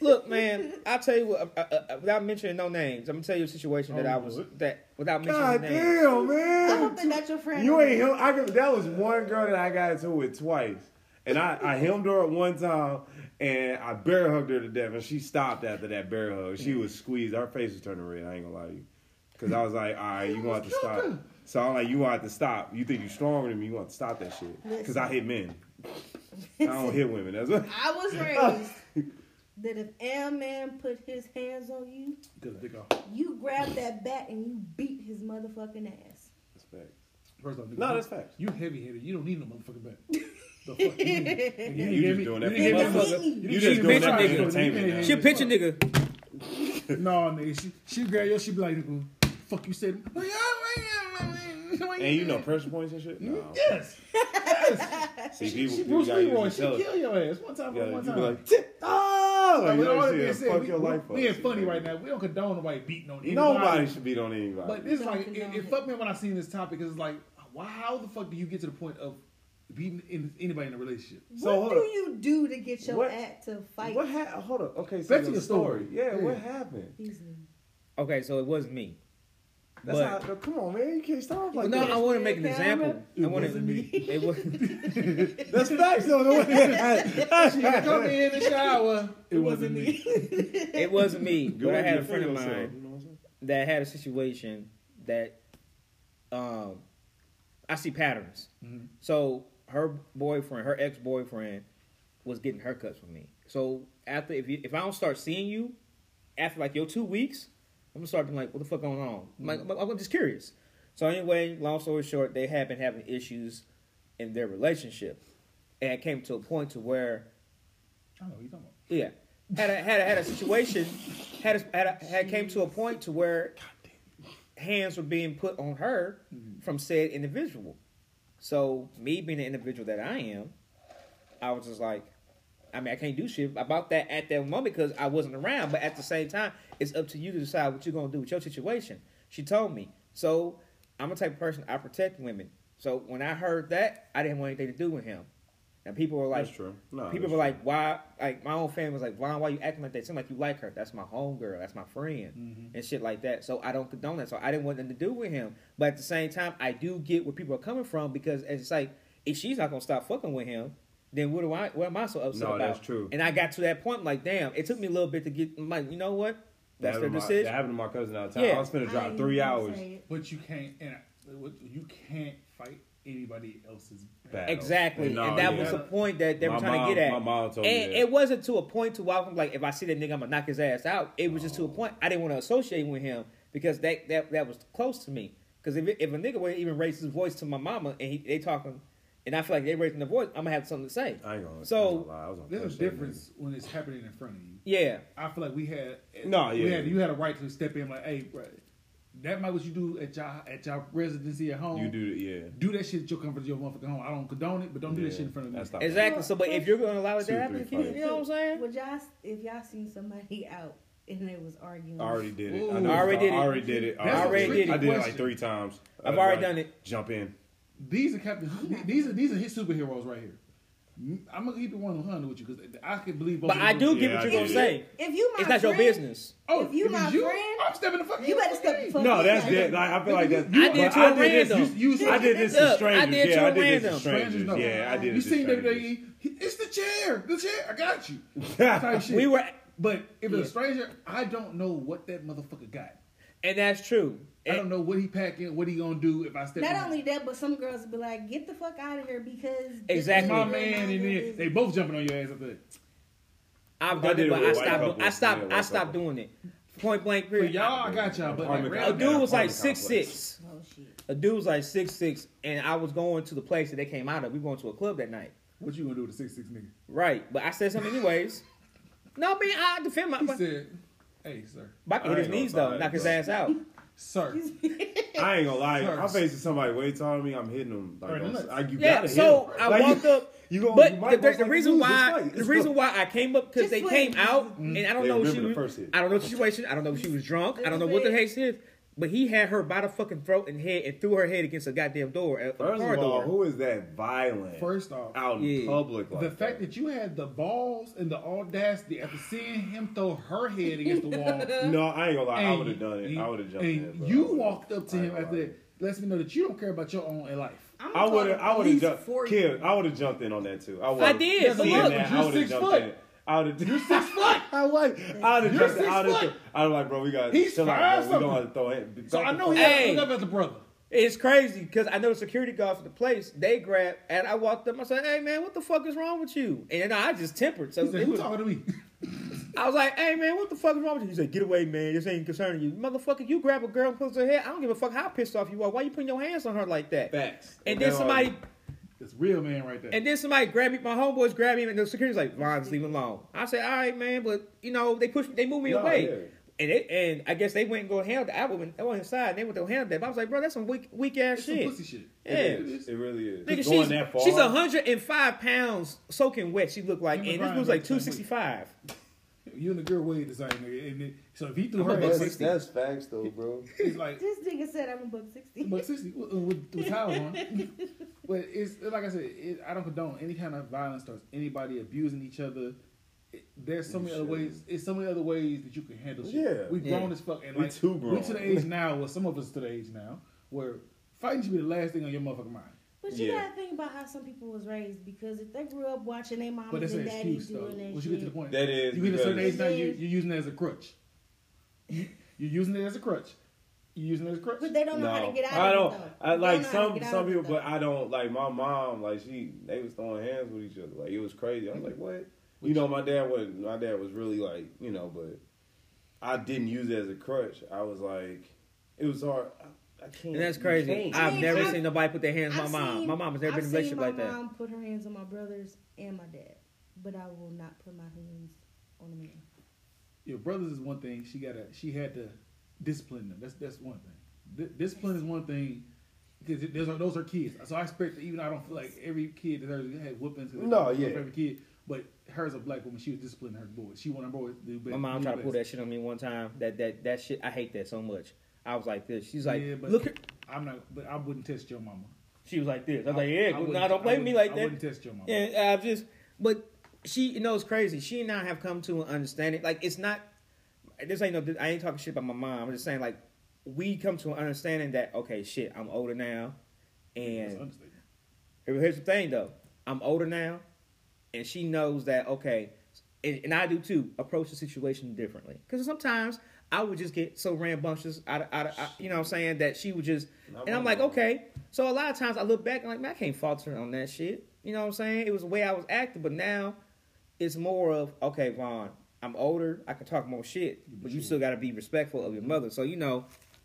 D: Look, man, I'll tell you what. Uh, uh, uh, without mentioning no names, I'm gonna tell you a situation that I was that without mentioning
A: Oh, God
D: names.
A: damn,
B: I
A: man.
B: don't think that's your friend.
A: You ain't him. I could, that was one girl that I got into with twice, and I I hemmed her at one time, and I bear hugged her to death, and she stopped after that bear hug. She was squeezed. Her face was turning red. I ain't gonna lie to you, because I was like, all right, you want to stop. So I'm like, you want to stop. You think you're stronger than me? You want to stop that shit? Because I hit men. I don't hit women. That's what.
B: I was raised that if a man put his hands on you,
C: Because dick off.
B: you grab that bat and you beat his motherfucking ass.
A: That's facts.
C: First off, nigga,
A: No,
C: you-
A: that's facts.
C: You heavy headed. You don't need no motherfucking back. The fuck? You, didn't- you,
A: You
C: didn't
A: just
C: give
A: doing
C: me-
A: that
C: you
A: for
C: didn't give me-
D: motherfucker.
C: you
A: You
C: didn't
A: just
C: give me
D: doing that
C: props,
D: for
C: so you
A: entertainment
C: can't
A: now.
D: She a
C: hang
D: picture
C: me.
D: nigga.
C: No, nigga, she she grab your. She be like, nigga, fuck you said.
A: And you know pressure points and shit. No.
C: Yes.
A: See,
C: She,
A: people,
C: she
A: people
C: Bruce
A: gotta use
C: Leroy. She
A: intelligence.
C: kill your ass one time
A: Yeah,
C: for one
A: you
C: time.
A: be like, "Tip- oh,
C: Like,
A: like, you
C: with
A: know
C: all
A: what
C: that
A: I'm
C: being
A: saying?
C: said,
A: Fuck
C: we,
A: your
C: we-
A: life up.
C: being funny right now, we don't condone nobody beating on anybody.
A: Nobody should beat on anybody.
C: But this is like,
B: Don't
C: it,
B: condone
C: it
B: it.
C: fucked me up when I seen this topic because it's like, why, how the fuck do you get to the point of beating in, anybody in a relationship?
A: So, hold
B: what do
A: up.
B: you do to get your
A: What-
B: act to fight?
A: what happened? Hold up. Okay, so
C: Back to
A: your
C: your story.
A: story. Yeah,
C: Yeah.
A: what happened?
B: These niggas.
D: Okay, so it was me.
A: That's
D: But-
A: how, come on, man. You can't stop like
D: no,
A: that.
D: I want to make an example.
C: It
D: I want
C: wasn't me.
D: It was.
A: That's facts, though. No,
C: Come in the shower. It, wasn't me.
D: It wasn't me. But I had a friend of mine
A: mine.
D: that had a situation that, um, I see patterns.
C: Mhm.
D: So her boyfriend, her ex boyfriend, was getting haircuts with me. So after, if you, if I don't start seeing you, after like your two weeks, I'm gonna start being like, what the fuck going on? I'm Like, I'm- I'm just curious. So anyway, long story short, they had been having issues in their relationship, and it came to a point to where
C: I don't know what you talking about.
D: Yeah. Had a, had a, had a situation, had a, had, a, had came to a point to where hands were being put on her
A: Mm-hmm.
D: from said individual. So me being the individual that I am, I was just like, I mean, I can't do shit about that at that moment because I wasn't around. But at the same time, it's up to you to decide what you're gonna do with your situation. She told me. So I'm the type of person I protect women. So when I heard that, I didn't want anything to do with him. And people were like,
A: That's true. No,
D: people
A: that's
D: were like, why? Like my own family was like, Vaughn, why you acting like that? Seem like you like her. That's my homegirl. That's my friend,
A: Mm-hmm.
D: and shit like that. So I don't condone that. So I didn't want nothing to do with him. But at the same time, I do get where people are coming from because it's like if she's not gonna stop fucking with him, then what do I? What am I so upset
A: No,
D: about?
A: that's true.
D: And I got to that point, like, damn, it took me a little bit to get. I'm like, you know what?
A: That
D: That's their
A: happened, to my,
D: decision.
A: that happened to my cousin out of town.
D: Yeah.
A: I was finna
B: I
A: drive
B: ain't
A: three
B: gonna
A: hours.
B: say it.
C: But you can't, and I, what- you can't fight anybody else's
A: Back.
C: back.
D: Exactly,
A: No,
D: and that
A: yeah.
D: was the point that they were
A: My
D: trying
A: mom-
D: to get at.
A: my mom told me
D: and
A: that.
D: it wasn't to a point to where I'm like, if I see that nigga, I'm gonna knock his ass out. It was just to a point I didn't want to associate with him because that that, that was close to me. Because if, it- if a nigga would even raise his voice to my mama and he, they talking and I feel like they're raising the voice, I'm gonna have something to say.
A: I ain't gonna.
D: So,
A: I ain't gonna lie. I was on
C: There's
A: Clutch
C: a
A: that
C: difference when it's happening in front of you.
D: Yeah,
C: I feel like we had eh,
A: No,
C: we
A: yeah.
C: had, you had a right to step in like, hey, bro, that might what you do at your at your residency at
A: nigga.
C: home.
A: You do it, yeah.
C: do that shit at your comfort, your motherfucking home. I don't condone it, but don't do that
A: Yeah,
C: shit in front of me.
A: that's not-
D: exactly. So, but if you're gonna allow it
A: Two,
D: to happen,
A: three,
D: can you,
A: five.
D: you know what I'm saying?
B: Would y'all, if y'all seen somebody out and they was arguing,
A: I already did it.
C: Ooh.
A: I, know
D: I already
A: it's-
D: did it.
A: I already did it.
C: That's
D: a tricky
A: I did it like
C: question.
A: three times.
D: I've
A: I'd
D: already
A: like,
D: done it.
A: Jump in.
C: These are Captain.
B: Oh,
C: These are these are his superheroes right here. I'm gonna keep it one hundred with you because I can believe. both
D: But
C: of
D: I
C: them.
D: do get
A: Yeah,
D: what
A: I
D: you're gonna
A: did.
D: say.
B: if you my
D: It's not your
B: friend,
D: business.
C: Oh,
B: if you my friend,
C: I'm stepping the fuck.
B: you better step the fuck
A: No,
B: in.
A: that's
B: Like,
A: dead. Like, I feel like that's.
D: I did
A: but
D: to a
A: this-
D: random.
A: You, you, I did this to
D: Look, I
A: strangers.
D: did to
A: yeah,
D: a
A: I did this
D: random.
A: to
C: Strangers,
A: strangers.
C: no.
A: Yeah, I did
C: You
A: it to
C: seen
A: strangers.
C: WWE? It's the chair. The chair. I got you. Type shit.
D: We were,
C: But if it's
D: Yeah.
C: a stranger, I don't know what that motherfucker got.
D: and that's true.
C: I don't know what he packing, what he gonna do if I step. in.
B: Not only that, but some girls would be like, "Get the fuck out of here," because this
D: Exactly.
B: is
C: my
B: your
C: man and then
B: business.
C: they both jumping on your ass up there.
D: I've
A: I
D: done
A: did
D: it,
A: it
D: but
A: with
D: I
A: a white
D: stopped.
A: couple.
D: I stopped.
A: Yeah, white
D: I stopped
A: couple.
D: doing it. Point blank.
C: For
D: Period.
C: y'all, I got y'all, but like,
A: Apartment
D: A
C: random-
A: complex.
D: dude was like six
A: Apartment complex.
D: six.
B: Oh shit!
D: A dude was like six six, and I was going to the place that they came out of. We going to a club that night,
C: what you gonna do with a six six nigga?
D: right? But I said something anyways. No, I mean I defend my.
C: He
D: But
C: said, "Hey, sir,
D: I can
A: I
D: hit his
A: ain't gonna
D: knees though,
A: fight,
D: knock his
A: bro.
D: ass out.
C: sir." E?
A: I ain't gonna lie. I'm
C: First.
A: facing somebody way taller than me. I'm hitting them. Like,
C: Right,
A: on-
C: nuts.
A: like you
D: Yeah,
A: gotta
D: so
A: hit 'em.
D: I
A: Like,
D: walked up-
A: You gonna,
D: But
A: you
D: the,
A: might
D: the,
A: most likely
D: reason
A: lose this
D: why
A: fight.
D: the reason why I came up
B: Just
D: because they
B: wait. Mm-hmm.
D: came out and I don't
A: They
D: know if she
A: remember the
D: was,
A: first hit.
D: I don't know the situation I don't know if she was drunk I don't know what the
B: Just
D: case is but he had her by the fucking throat and head and threw her head against a goddamn door a a
A: First
D: car
A: of all,
D: door.
A: who is that violent?
C: First off,
A: out in
D: Yeah.
A: public. Like
C: the fact that you had the balls and the audacity after seeing him throw her head against the wall,
A: no, I ain't gonna lie. I
C: and-
A: would have done it. I would have jumped
C: and
A: in. bro. I
C: you
A: would've-
C: walked up to
A: I ain't
C: him
A: gonna
C: after
A: lie.
C: that, lets me know that you don't care about your own life.
B: I'm
A: I would have. I would have
B: for
A: jumped.
B: you.
A: Kim, I would have jumped in on that too. I,
D: I did, but look,
C: you're
A: I would have
C: six
A: jumped
C: foot.
A: in. I would have. You're six foot. I like. I would have
C: You're
A: jumped.
C: six
A: in. I would
C: foot.
A: have. I was like, bro, we got.
C: He's
A: chill
C: five
A: out, bro. We
C: something.
A: gonna throw it.
C: So I know he
D: forth.
C: had to
D: Hey.
C: look up at the brother.
D: It's crazy because I know the security guards for the place. They grabbed and I walked up. I said, "Hey man, what the fuck is wrong with you?" And I just tempered. So
C: He said,
D: it
C: "Who
D: was,
C: talking to me?"
D: I was like, "Hey man, what the fuck is wrong with you?" He said, "Get away, man. This ain't concerning you, motherfucker. You grab a girl and close her head. I don't give a fuck how pissed off you are. Why you putting your hands on her like that?"
A: facts.
D: And then somebody,
C: It's real man right there.
D: and then somebody grabbed me. My homeboys grabbed me, and the security's like, "Von's, leave him alone." I said, "All right, man, but you know they pushed, they moved me
A: No,
D: away."
A: yeah.
D: And it, and I guess they went and go handle that. I went, I went inside and they went to handle that. But I was like, bro, that's some weak weak ass
C: it's some
D: shit.
C: pussy shit.
D: Yeah.
A: It is. It really is.
D: Nigga,
A: going
D: she's,
A: that far.
D: she's 105 pounds soaking wet, she looked like.
C: Remember
D: And this
C: Brian
D: dude's
C: Brooks
D: like
C: last
D: 265.
A: Mm.
C: You and the girl weighed the same nigga. And then, so if he threw
D: I'm
C: her
D: a buck
C: at
A: That's,
C: sixty,
A: that's facts though, bro.
C: he's like
B: This nigga said I'm a buck sixty.
C: buck sixty with, with, with towel on. but it's like I said, it, I don't condone any kind of violence towards anybody abusing each other. It- there's so
A: You
C: many other ways.
A: shouldn't.
C: It's so many other ways that you can handle shit.
A: Yeah.
C: we
D: Yeah.
C: grown as fuck, and
A: We
C: like
A: too
C: we
A: grown.
C: to the age now. Well, some of us to the age now where fighting should be the last thing on your motherfucking mind.
B: But you
A: Yeah.
B: gotta think about how some people was raised because if they grew up watching their
C: But
B: mamas
C: that's
B: and
C: an
B: daddies
C: excuse
B: doing
C: though.
B: that
C: Once
B: shit,
C: you get to the point,
A: That is
C: you get to a certain
A: because-
C: age now, you,
B: Yes.
C: you're using it as a crutch. You, you're using it as a crutch. You're using it as a crutch.
B: but they don't know how to get out.
A: I
B: of
A: don't.
B: it, though.
A: I
B: They
A: like
B: don't know how to
A: some
B: get out
A: some
B: of it,
A: people, but
B: though.
A: I don't like my mom. Like she, they was throwing hands with each other. Like it was crazy. I was like, what? You know, my dad was my dad was really like you know, but I didn't use it as a crutch. I was like, it was hard. I, I can't.
D: And that's
A: you
D: crazy.
A: can't.
D: I've
B: mean,
D: never
B: I've-
D: seen nobody put their hands on
B: I've
D: my mom.
B: seen-
D: my mom has never been in a
B: I've seen
D: relationship like
B: my
D: that.
B: mom put her hands on my brothers and my dad, but I will not put my hands on a man.
C: your brothers is one thing. She gotta she had to discipline them. That's that's one thing. Di- discipline is one thing because those are those are kids. So I expect that even I don't feel like every kid deserves to have whoopings. 'cause
A: No,
C: it's
A: yeah.
C: for Every kid, but hers a black woman. She was disciplining her boys. She wanted her boys to do better.
D: My mom
C: do
D: tried to pull
C: best.
D: that shit on me one time. That that that shit, I hate that so much. I was like this. She's like,
C: Yeah, but
D: look. at-
C: I'm not. But I wouldn't test your mama.
D: She was like this. I was like,
C: I
D: yeah,
C: wouldn't-
D: nah, don't
C: I
D: play with me
C: wouldn't-
D: like
C: I
D: that.
C: wouldn't test your mama.
D: Yeah, I've just, but she, you know, it's crazy. She and I have come to an understanding. Like, it's not, this ain't no, I ain't talking shit about my mom. I'm just saying, like, we come to an understanding that, okay, shit, I'm older now.
C: That's
D: And
C: understatement.
D: here's the thing, though. I'm older now, and she knows that, okay, and, and I do too, approach the situation differently. Because sometimes I would just get so rambunctious out of, out of, you know what I'm saying, that she would just,
A: Not
D: and I'm
A: my
D: like,
A: mom.
D: okay. So a lot of times I look back, I'm like, man, I can't falter on that shit. You know what I'm saying? It was the way I was acting, but now it's more of, okay, Vaughn, I'm
C: Mm-hmm.
D: older, I can talk more shit, but you still got to be respectful of your mother. So, you know,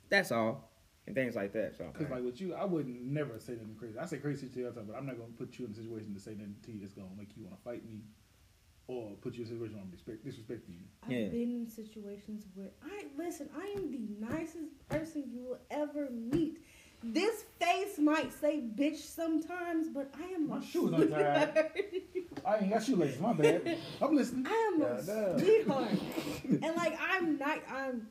D: that's all. and things like that. So
C: Cause like with you, I would never say nothing crazy. I say crazy to you all the time, but I'm not gonna put you in a situation to say nothing to you that's gonna make you wanna fight me, or put you in a situation where I'm respect disrespecting you.
B: I've
D: Yeah.
B: been in situations where I listen. I am the nicest person you will ever meet. This face might say bitch sometimes, but I am
C: My
B: a
C: shoes untied. I ain't got shoelaces. My bad. I'm listening.
B: I am a
E: Yeah, no.
B: sweetheart, and like I'm not. I'm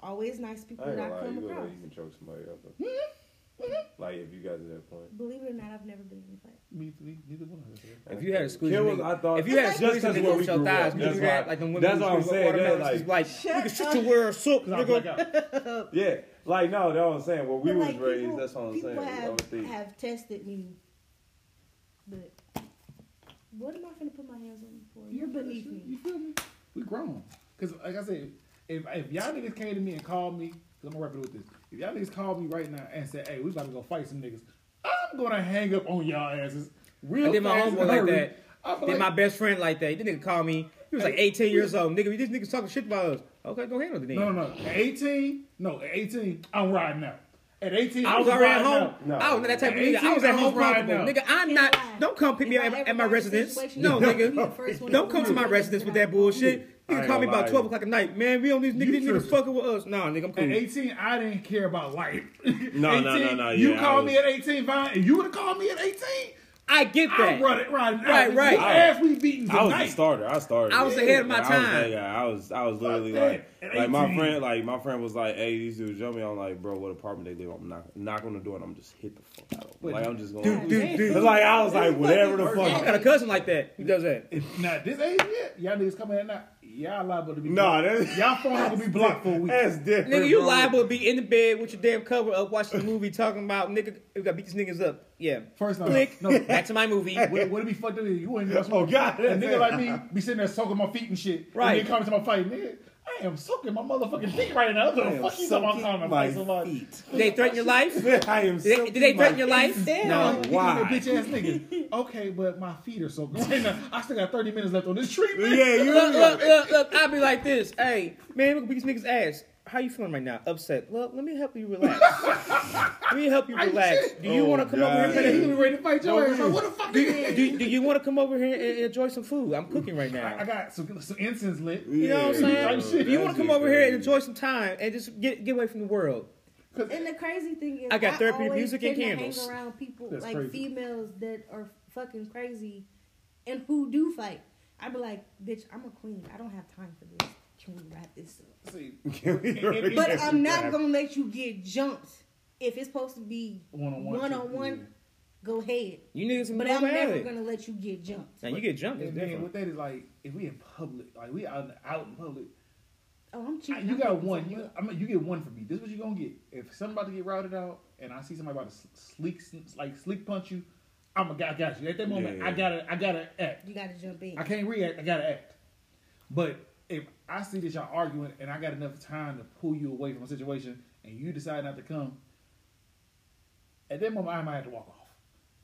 B: always nice people
E: I ain't
B: that I
E: gonna lie, you
B: come
E: look
B: across. Mm-hmm.
E: like you can choke somebody up. though. like if you got to that point.
B: Believe it or not, I've never been in a fight.
C: Me, me, neither one of us. man.
D: If you had to squeeze,
A: Kim
D: a
A: was-
D: nigga,
A: I thought-
D: if you had to
B: That's
D: squeeze
B: just
D: something
B: where
D: with
B: we
D: your
A: grew up.
D: thighs, you
A: That's
D: do
A: why-
D: that like the women.
A: that's
D: who
A: what I'm
D: squeeze
A: saying,
D: watermelons,
A: yeah,
D: it's like,
B: Shut
D: nigga, shut
B: up.
D: your wearing soap,
C: Cause I'm black
D: nigga.
C: out.
A: Yeah, like no, that's what I'm saying. Where we
B: But,
A: was
B: like,
A: raised,
B: people-
A: that's what I'm
B: people
A: saying. I would
B: Have,
A: think.
B: have tested me, but what am I gonna put my hands on you for? You're beneath
C: You
B: me.
C: feel me? We grown. Cause like I said, if if y'all niggas came to me and called me, cause I'm gonna wrap it with this. If y'all niggas called me right now and said, "Hey, we about to go fight some niggas," I'm gonna hang up on y'all asses. Real
D: I did my
C: fast
D: homeboy
C: and
D: like
C: hurry.
D: that.
C: I feel
D: Did my
C: like-
D: best friend like that? This nigga called me. He was like 18 years old. Nigga, this nigga's talking shit about us. Okay, go handle the nigga.
C: No, no, no. At 18, no, at 18, I'm riding out. At 18,
D: I was
C: I'm
D: already at
C: riding
D: home.
C: out.
E: No.
D: I was not that type of
C: At
D: nigga. I
C: 18,
D: was at
C: I
D: home
C: was riding
D: comfortable.
C: out.
D: Nigga, I'm not. Don't come pick me
B: If
D: up
B: I
D: at,
B: ever
D: at
B: got
D: my
B: in a
D: residence.
B: situation,
D: No,
B: you gotta be the
D: nigga.
B: first one
D: Don't
B: to
D: come to my
B: know.
D: residence with that bullshit.
A: I
D: Nigga
A: ain't
D: call me
A: gonna
D: about
A: lie.
D: 12 o'clock at night. Man, we on these niggas.
C: You
D: These niggas
C: tripping.
D: fucking with us. Nah, nigga, I'm
C: At
D: cool.
C: 18, I didn't care about life.
A: Mm. No, no, no, no,
C: 18, You
A: yeah, I
C: called me
A: was-
C: at 18, Vine, and you would have called me at 18.
D: I get
C: I run
D: that.
C: it riding out.
D: Right, right.
C: Your ass we beating
A: I was
C: tonight.
A: the starter. I started.
D: I was ahead of my
A: Like, I
D: time.
A: was, that guy. I was, I was literally
C: that.
A: like,
C: At
A: like my
C: 18.
A: friend, like my friend was like, "Hey, these dudes jump me." I'm like, "Bro, what apartment they live? I'm knock, knock on the door and I'm just hit the fuck out of them. Like I'm just going."
D: Dude, dude, dude.
A: like I was like, whatever the
D: I got
A: fuck.
D: a cousin like that. Who does that?
C: If, now, at this age, yeah, y'all niggas coming at night. Y'all liable to be
A: Nah,
C: blocked.
A: that's-
C: Y'all phone gonna be blocked for a week.
A: That's different.
D: Nigga, you
A: bro.
D: liable to be in the bed with your damn cover up watching the movie talking about nigga, we gotta beat these niggas up. Yeah.
C: First off,
D: Click.
C: no.
D: Back to my movie.
C: What, what it be fucked up is you ain't got
A: Oh, God,
C: A
A: that's
C: nigga
A: it.
C: like me be sitting there soaking my feet and shit.
D: Right.
C: And then come to my fight, nigga. I am soaking my motherfucking feet right now.
A: I
C: What the
A: am
C: fuck you talking about? calling
A: my
C: fight somebody?
A: feet.
D: Did they threaten your life? Did
A: I am.
D: they, did they
A: soaking
D: threaten
A: my
D: your life?
B: Damn.
D: No.
C: Nigga,
A: Why?
C: that Bitch ass nigga. Okay, but my feet are soaking right now. I still got 30 minutes left on this
A: feet.
C: treatment.
A: Yeah, you.
D: look, look, look, look. I'll be like this. Hey, man, we can beat these niggas' ass. How you feeling right now? Upset. Look, let me help you relax. let me help you relax. Do
A: Oh,
D: you want to come over
A: God.
D: here?
C: And he
D: And
C: was ready to fight your ass. Like, what the fuck?
D: do, do, do you want to come over here and enjoy some food? I'm cooking right now.
C: I, I got some, some incense lit.
D: you know what I'm
C: Type
D: saying?
C: shit.
D: Do you want
A: That
D: to come
A: shit
D: over here and
A: crazy.
D: enjoy some time and just get get away from the world?
B: And the crazy thing is,
D: I got therapy,
B: always
D: music,
B: tend
D: and
B: to
D: candles.
B: Hang around people
C: That's
B: like
C: crazy.
B: females that are fucking crazy, and who do fight. I'd be like, bitch, I'm a queen. I don't have time for this. Can we wrap this up?
C: See,
B: But I'm not gonna let you get jumped if it's supposed to be
C: One-on-one,
B: One on
C: yeah.
B: one, go ahead.
D: You niggas can
B: But
D: go
B: I'm never
D: ahead.
B: gonna let you get jumped.
D: Now you get jumped. It's
C: and then
D: different.
C: with that is like, if we in public, like we out, out in public,
B: Oh, I'm
C: I-
B: cheating.
C: You
B: I'm
C: got
B: fucking
C: one.
B: something
C: You,
B: up.
C: I mean, you get one from me. This is what you gonna get. If somebody about to get routed out, and I see somebody about to sl- sleek, like sleek punch you, I'm a guy. I got you at that moment.
A: Yeah.
C: I gotta, I gotta act.
B: You gotta jump in.
C: I can't react. I gotta act. But if I see that y'all arguing, and I got enough time to pull you away from a situation, and you decide not to come, at that moment I might have to walk off.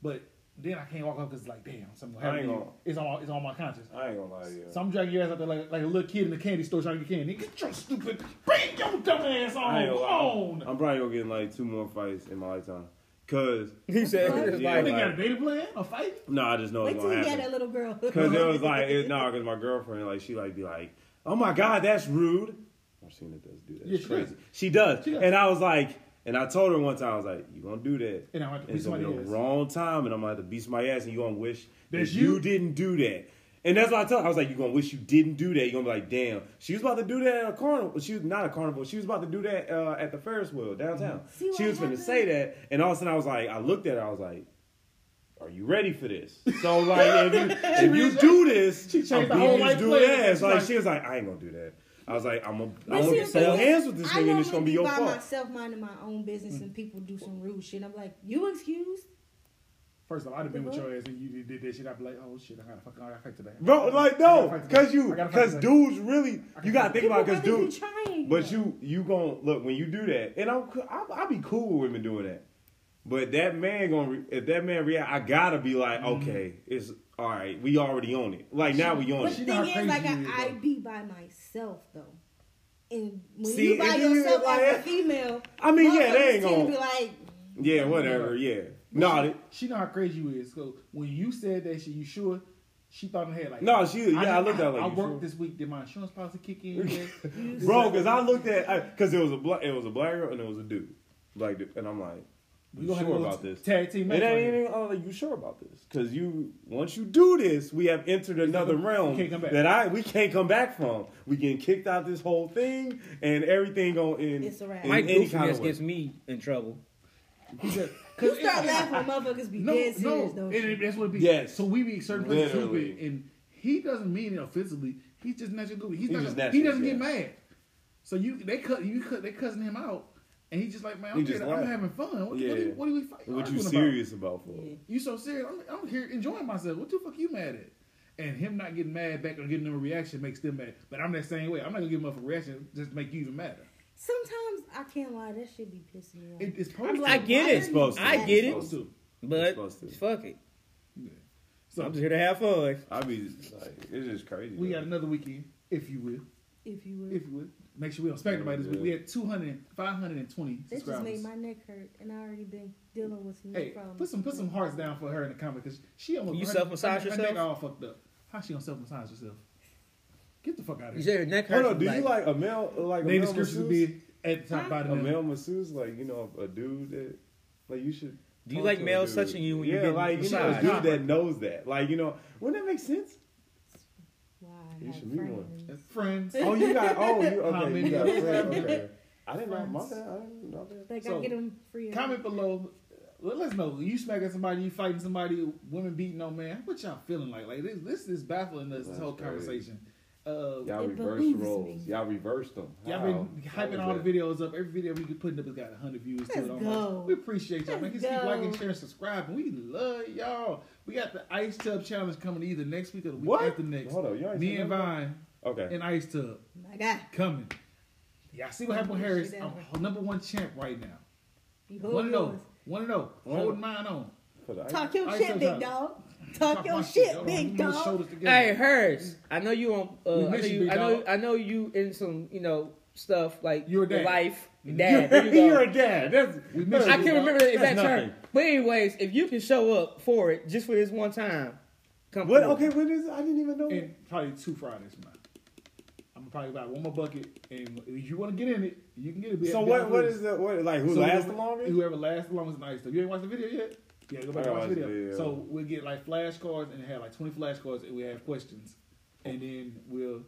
C: But then I can't walk off because it's like, damn, something
A: I ain't
C: happened.
A: gonna-
C: It's on, it's on my conscience.
A: I ain't gonna lie to you.
C: So I'm dragging your ass out there like, like a little kid in the candy store trying to get candy. Get your stupid, bring your dumb ass
A: I ain't
C: on,
A: gonna
C: on.
A: lie. I'm probably gonna get in like two more fights in my lifetime. Cause
D: He said, it's
A: Yeah,
C: You
D: like,
A: like-
C: think got a dating plan or fighting?
A: no, I just know
B: Wait
A: it's
B: till
A: gonna
B: you get
A: happen.
B: that little girl.
A: Cause it was like it, no, cause my girlfriend like she like be like, oh my god, that's rude. I've seen it does do that.
C: Yeah,
A: It's
C: she
A: crazy.
C: does.
A: She does.
C: She does.
A: And I was like, and I told her one time I was like, you gonna do that,
C: And I'm gonna have to
A: it's
C: beat
A: gonna be the
C: somebody's ass.
A: wrong time, and I'm gonna have to beat somebody's ass, and you gonna wish
C: That's
A: that you.
C: you.
A: didn't do that. And that's what I told her. I was like, you're gonna wish you didn't do that. You're gonna be like, damn, she was about to do that at a carnival. She was not a carnival. She was about to do that uh, at the Ferris wheel downtown.
B: See
A: She
B: what
A: was gonna
B: happened?
A: say that, and all of a sudden I was like, I looked at her. I was like, are you ready for this? So like, if you, if you do this,
C: She changed
A: I'm
C: the whole
A: beating this
C: life
A: dude
C: plan.
A: ass.
C: She's
A: Like
C: like-
A: she was like, I ain't gonna do that. I was like, I'm gonna,
B: But
A: I'm
B: see,
A: gonna
B: the
A: sell
B: thing is,
A: hands with this
B: I
A: nigga, and it's
B: normally
A: gonna be your
B: by
A: fault.
B: myself minding my own business, and people do some rude shit. I'm like, you excused?
C: First off, I'd have been with your ass and you did that shit. I'd be like, oh shit, I gotta fucking, I gotta fight today.
A: Bro, like
C: I gotta
A: no,
C: fight today.
A: cause
C: I
A: you,
C: gotta fight
A: cause
C: today.
A: dudes really, you gotta think
B: People
A: about, it, cause
B: really be
A: dudes,
B: trying,
A: but
B: though.
A: you, you gonna look when you do that, and I'm, co- I, I be cool with women doing that, but that man gonna, re- if that man react, I gotta be like,
C: Mm-hmm.
A: okay, it's all right, we already on it, like now we on
B: But
A: it.
B: the
C: know
B: thing
C: how
B: is, like,
C: crazy you
B: I,
C: is,
B: I be by myself though. And when
A: See,
B: you by
A: and then you
B: yourself
A: like-
B: as a female,
A: I mean, yeah, they
B: motherfuckers
A: ain't
B: tend to
A: gonna-
B: be like,
A: Yeah, whatever. Yeah, nodded.
C: She know how crazy you is. So when you said that shit, you sure? She thought in her head like,
A: No, she- yeah, I looked at her like,
C: I
A: you
C: worked
A: sure?
C: this week. Did my insurance policy kick in? yet?
A: bro. Because I looked at because it was a black, it was a black girl and it was a dude, black dude, and I'm like,
C: We
A: you
C: gonna have
A: sure
C: a
A: about
C: little
A: this?
C: Tag team.
A: It
C: match right
A: ain't
C: here.
A: even. I'm like, you sure about this? Because you once you do this, we have entered another realm
C: can't come back.
A: that I we can't come back from. We getting kicked out this whole thing, and everything going in.
B: It's a wrap.
A: in
D: Mike
A: any kind
D: goofiness
A: of way.
D: gets me in trouble.
C: He said-
B: you
C: 'cause
B: start
C: it-
B: laughing when motherfuckers be
C: No,
B: dead serious,
C: no,
B: though.
C: and it, that's what it be.
A: Yes.
C: So we be certain places too
A: Literally.
C: big, and he doesn't mean it offensively. He's just naturally good.
A: He's
C: He's, not.
A: just
C: he
A: naturally,
C: doesn't get
A: yeah.
C: mad. So you, they cut, you cut, they cussing him out, and he's just like, man,
A: He
C: I'm,
A: just
C: just I'm
A: laugh.
C: having fun. What,
A: Yeah.
C: what, are, you- what are we fighting?
A: What you
C: arguing about?
A: serious about, for?
B: Yeah.
C: You so serious? I'm, I'm here enjoying myself. What the fuck you mad at? And him not getting mad back or getting them a reaction makes them mad. But I'm that same way. I'm not gonna give him a reaction just to make you even madder.
B: Sometimes I can't lie, that should be pissing me off.
C: It, it's
D: I'm
C: supposed
D: like, I
C: to.
D: get
B: It's
D: it.
A: supposed to.
D: I get
C: It's
D: it.
C: supposed to.
D: But
A: supposed to.
D: fuck it.
C: Yeah.
D: So I'm
C: So
D: just here to have fun.
A: I be like, it's just crazy.
C: we
A: though.
C: got another weekend, if you will.
B: if you will.
C: if you would. Make sure we don't spank nobody this week. We had 200, 520
B: That just made
C: subscribers.
B: my neck hurt, and I already been dealing with some
C: Hey,
B: neck problems.
C: put some put some hearts down for her in the comment because she almost
D: You
C: her-
D: self-massage
C: her- her
D: yourself?
C: neck all fucked up. How she gonna self massage herself? Get the fuck out of
D: You
C: here.
D: said your neck hurts.
A: Hold on, do you like a male like a
C: Name
A: male
C: descriptions will
A: masseuse?
C: be at the top
B: Huh?
A: a
C: bottom.
D: Oh,
C: of the-
A: male masseuse, like you know, a dude that like you should.
D: Do you
A: talk
D: like
A: to a
D: males
A: dude.
D: touching you when you're
A: yeah,
D: getting
A: like you know, a
D: massaged?
A: dude that knows that, like you know, wouldn't that make sense?
B: Why?
A: You
B: have
A: should be one.
B: friends.
C: That's Friends.
A: Oh, you got oh, you
C: How
A: okay?
C: many
A: You got a
C: of
A: friend,
C: them?
A: okay. I didn't know my bad. I didn't know that.
B: Like
C: So,
B: I get them free.
C: Comment below. Let us know. You smacking somebody, you fighting somebody, women beating on man. What y'all feeling like? Like this, this is baffling us. This
A: That's
C: whole
A: crazy.
C: conversation. Uh,
A: Y'all
B: It
A: reversed
B: behooves
A: roles.
B: me.
A: Y'all reversed them.
C: Y'all
A: How?
C: been
A: How was
C: hyping all
A: that?
C: the videos up. Every video we could putting up has got 100 views to
B: Let's
C: it.
B: go.
C: Almost. We appreciate y'all. Man,
B: Let's
C: just keep
B: go.
C: liking, sharing, subscribing. We love y'all. We got the Ice Tub Challenge coming either next week or the week
A: What?
C: after next.
A: Hold on, y'all ain't
C: Me
A: seen
C: and
A: that?
C: Vine
A: Okay.
C: and Ice Tub
B: My God,
C: coming. Y'all see what happened with
B: Shit
C: Harris?
B: ever.
C: I'm h- number one champ right now.
B: you hold
C: One and oh.
B: yours.
C: One and oh.
A: One.
C: Hold mine on.
A: For the-
B: Talk your
C: Ice
B: shit,
C: up
B: big
C: top.
B: dog. Talk
C: my
B: your
C: Hold
B: shit,
C: on,
B: big
C: move those
B: dog.
C: shoulders together.
D: Hey, hurts. I know you on.
C: We
D: Uh, I,
C: miss
D: know
C: you,
D: you,
C: big
D: I know.
C: dog.
D: I know you in some. You know stuff like
C: You're a dad.
D: your life,
C: You're-
D: dad. There you go.
A: You're a dad. That's
C: We miss
D: I
C: you,
D: can't
C: dog.
D: remember the exact
A: That's
D: term.
A: nothing.
D: But anyways, if you can show up for it just for this one time, come.
A: what?
D: through.
A: Okay, what is? I didn't even know.
C: and probably two Fridays, man. I'm gonna probably buy one more bucket, and if you want to get in it, you can get it.
A: so what? What is the what? Like who
C: So
A: lasts the
C: whoever-
A: longest?
C: Whoever lasts the longest in ice stuff. You ain't watched the video yet? Yeah, go back
A: I
C: and watch the
A: watched
C: video.
A: the video.
C: So we'll get like flashcards and have like 20 flashcards and we have questions. And then we'll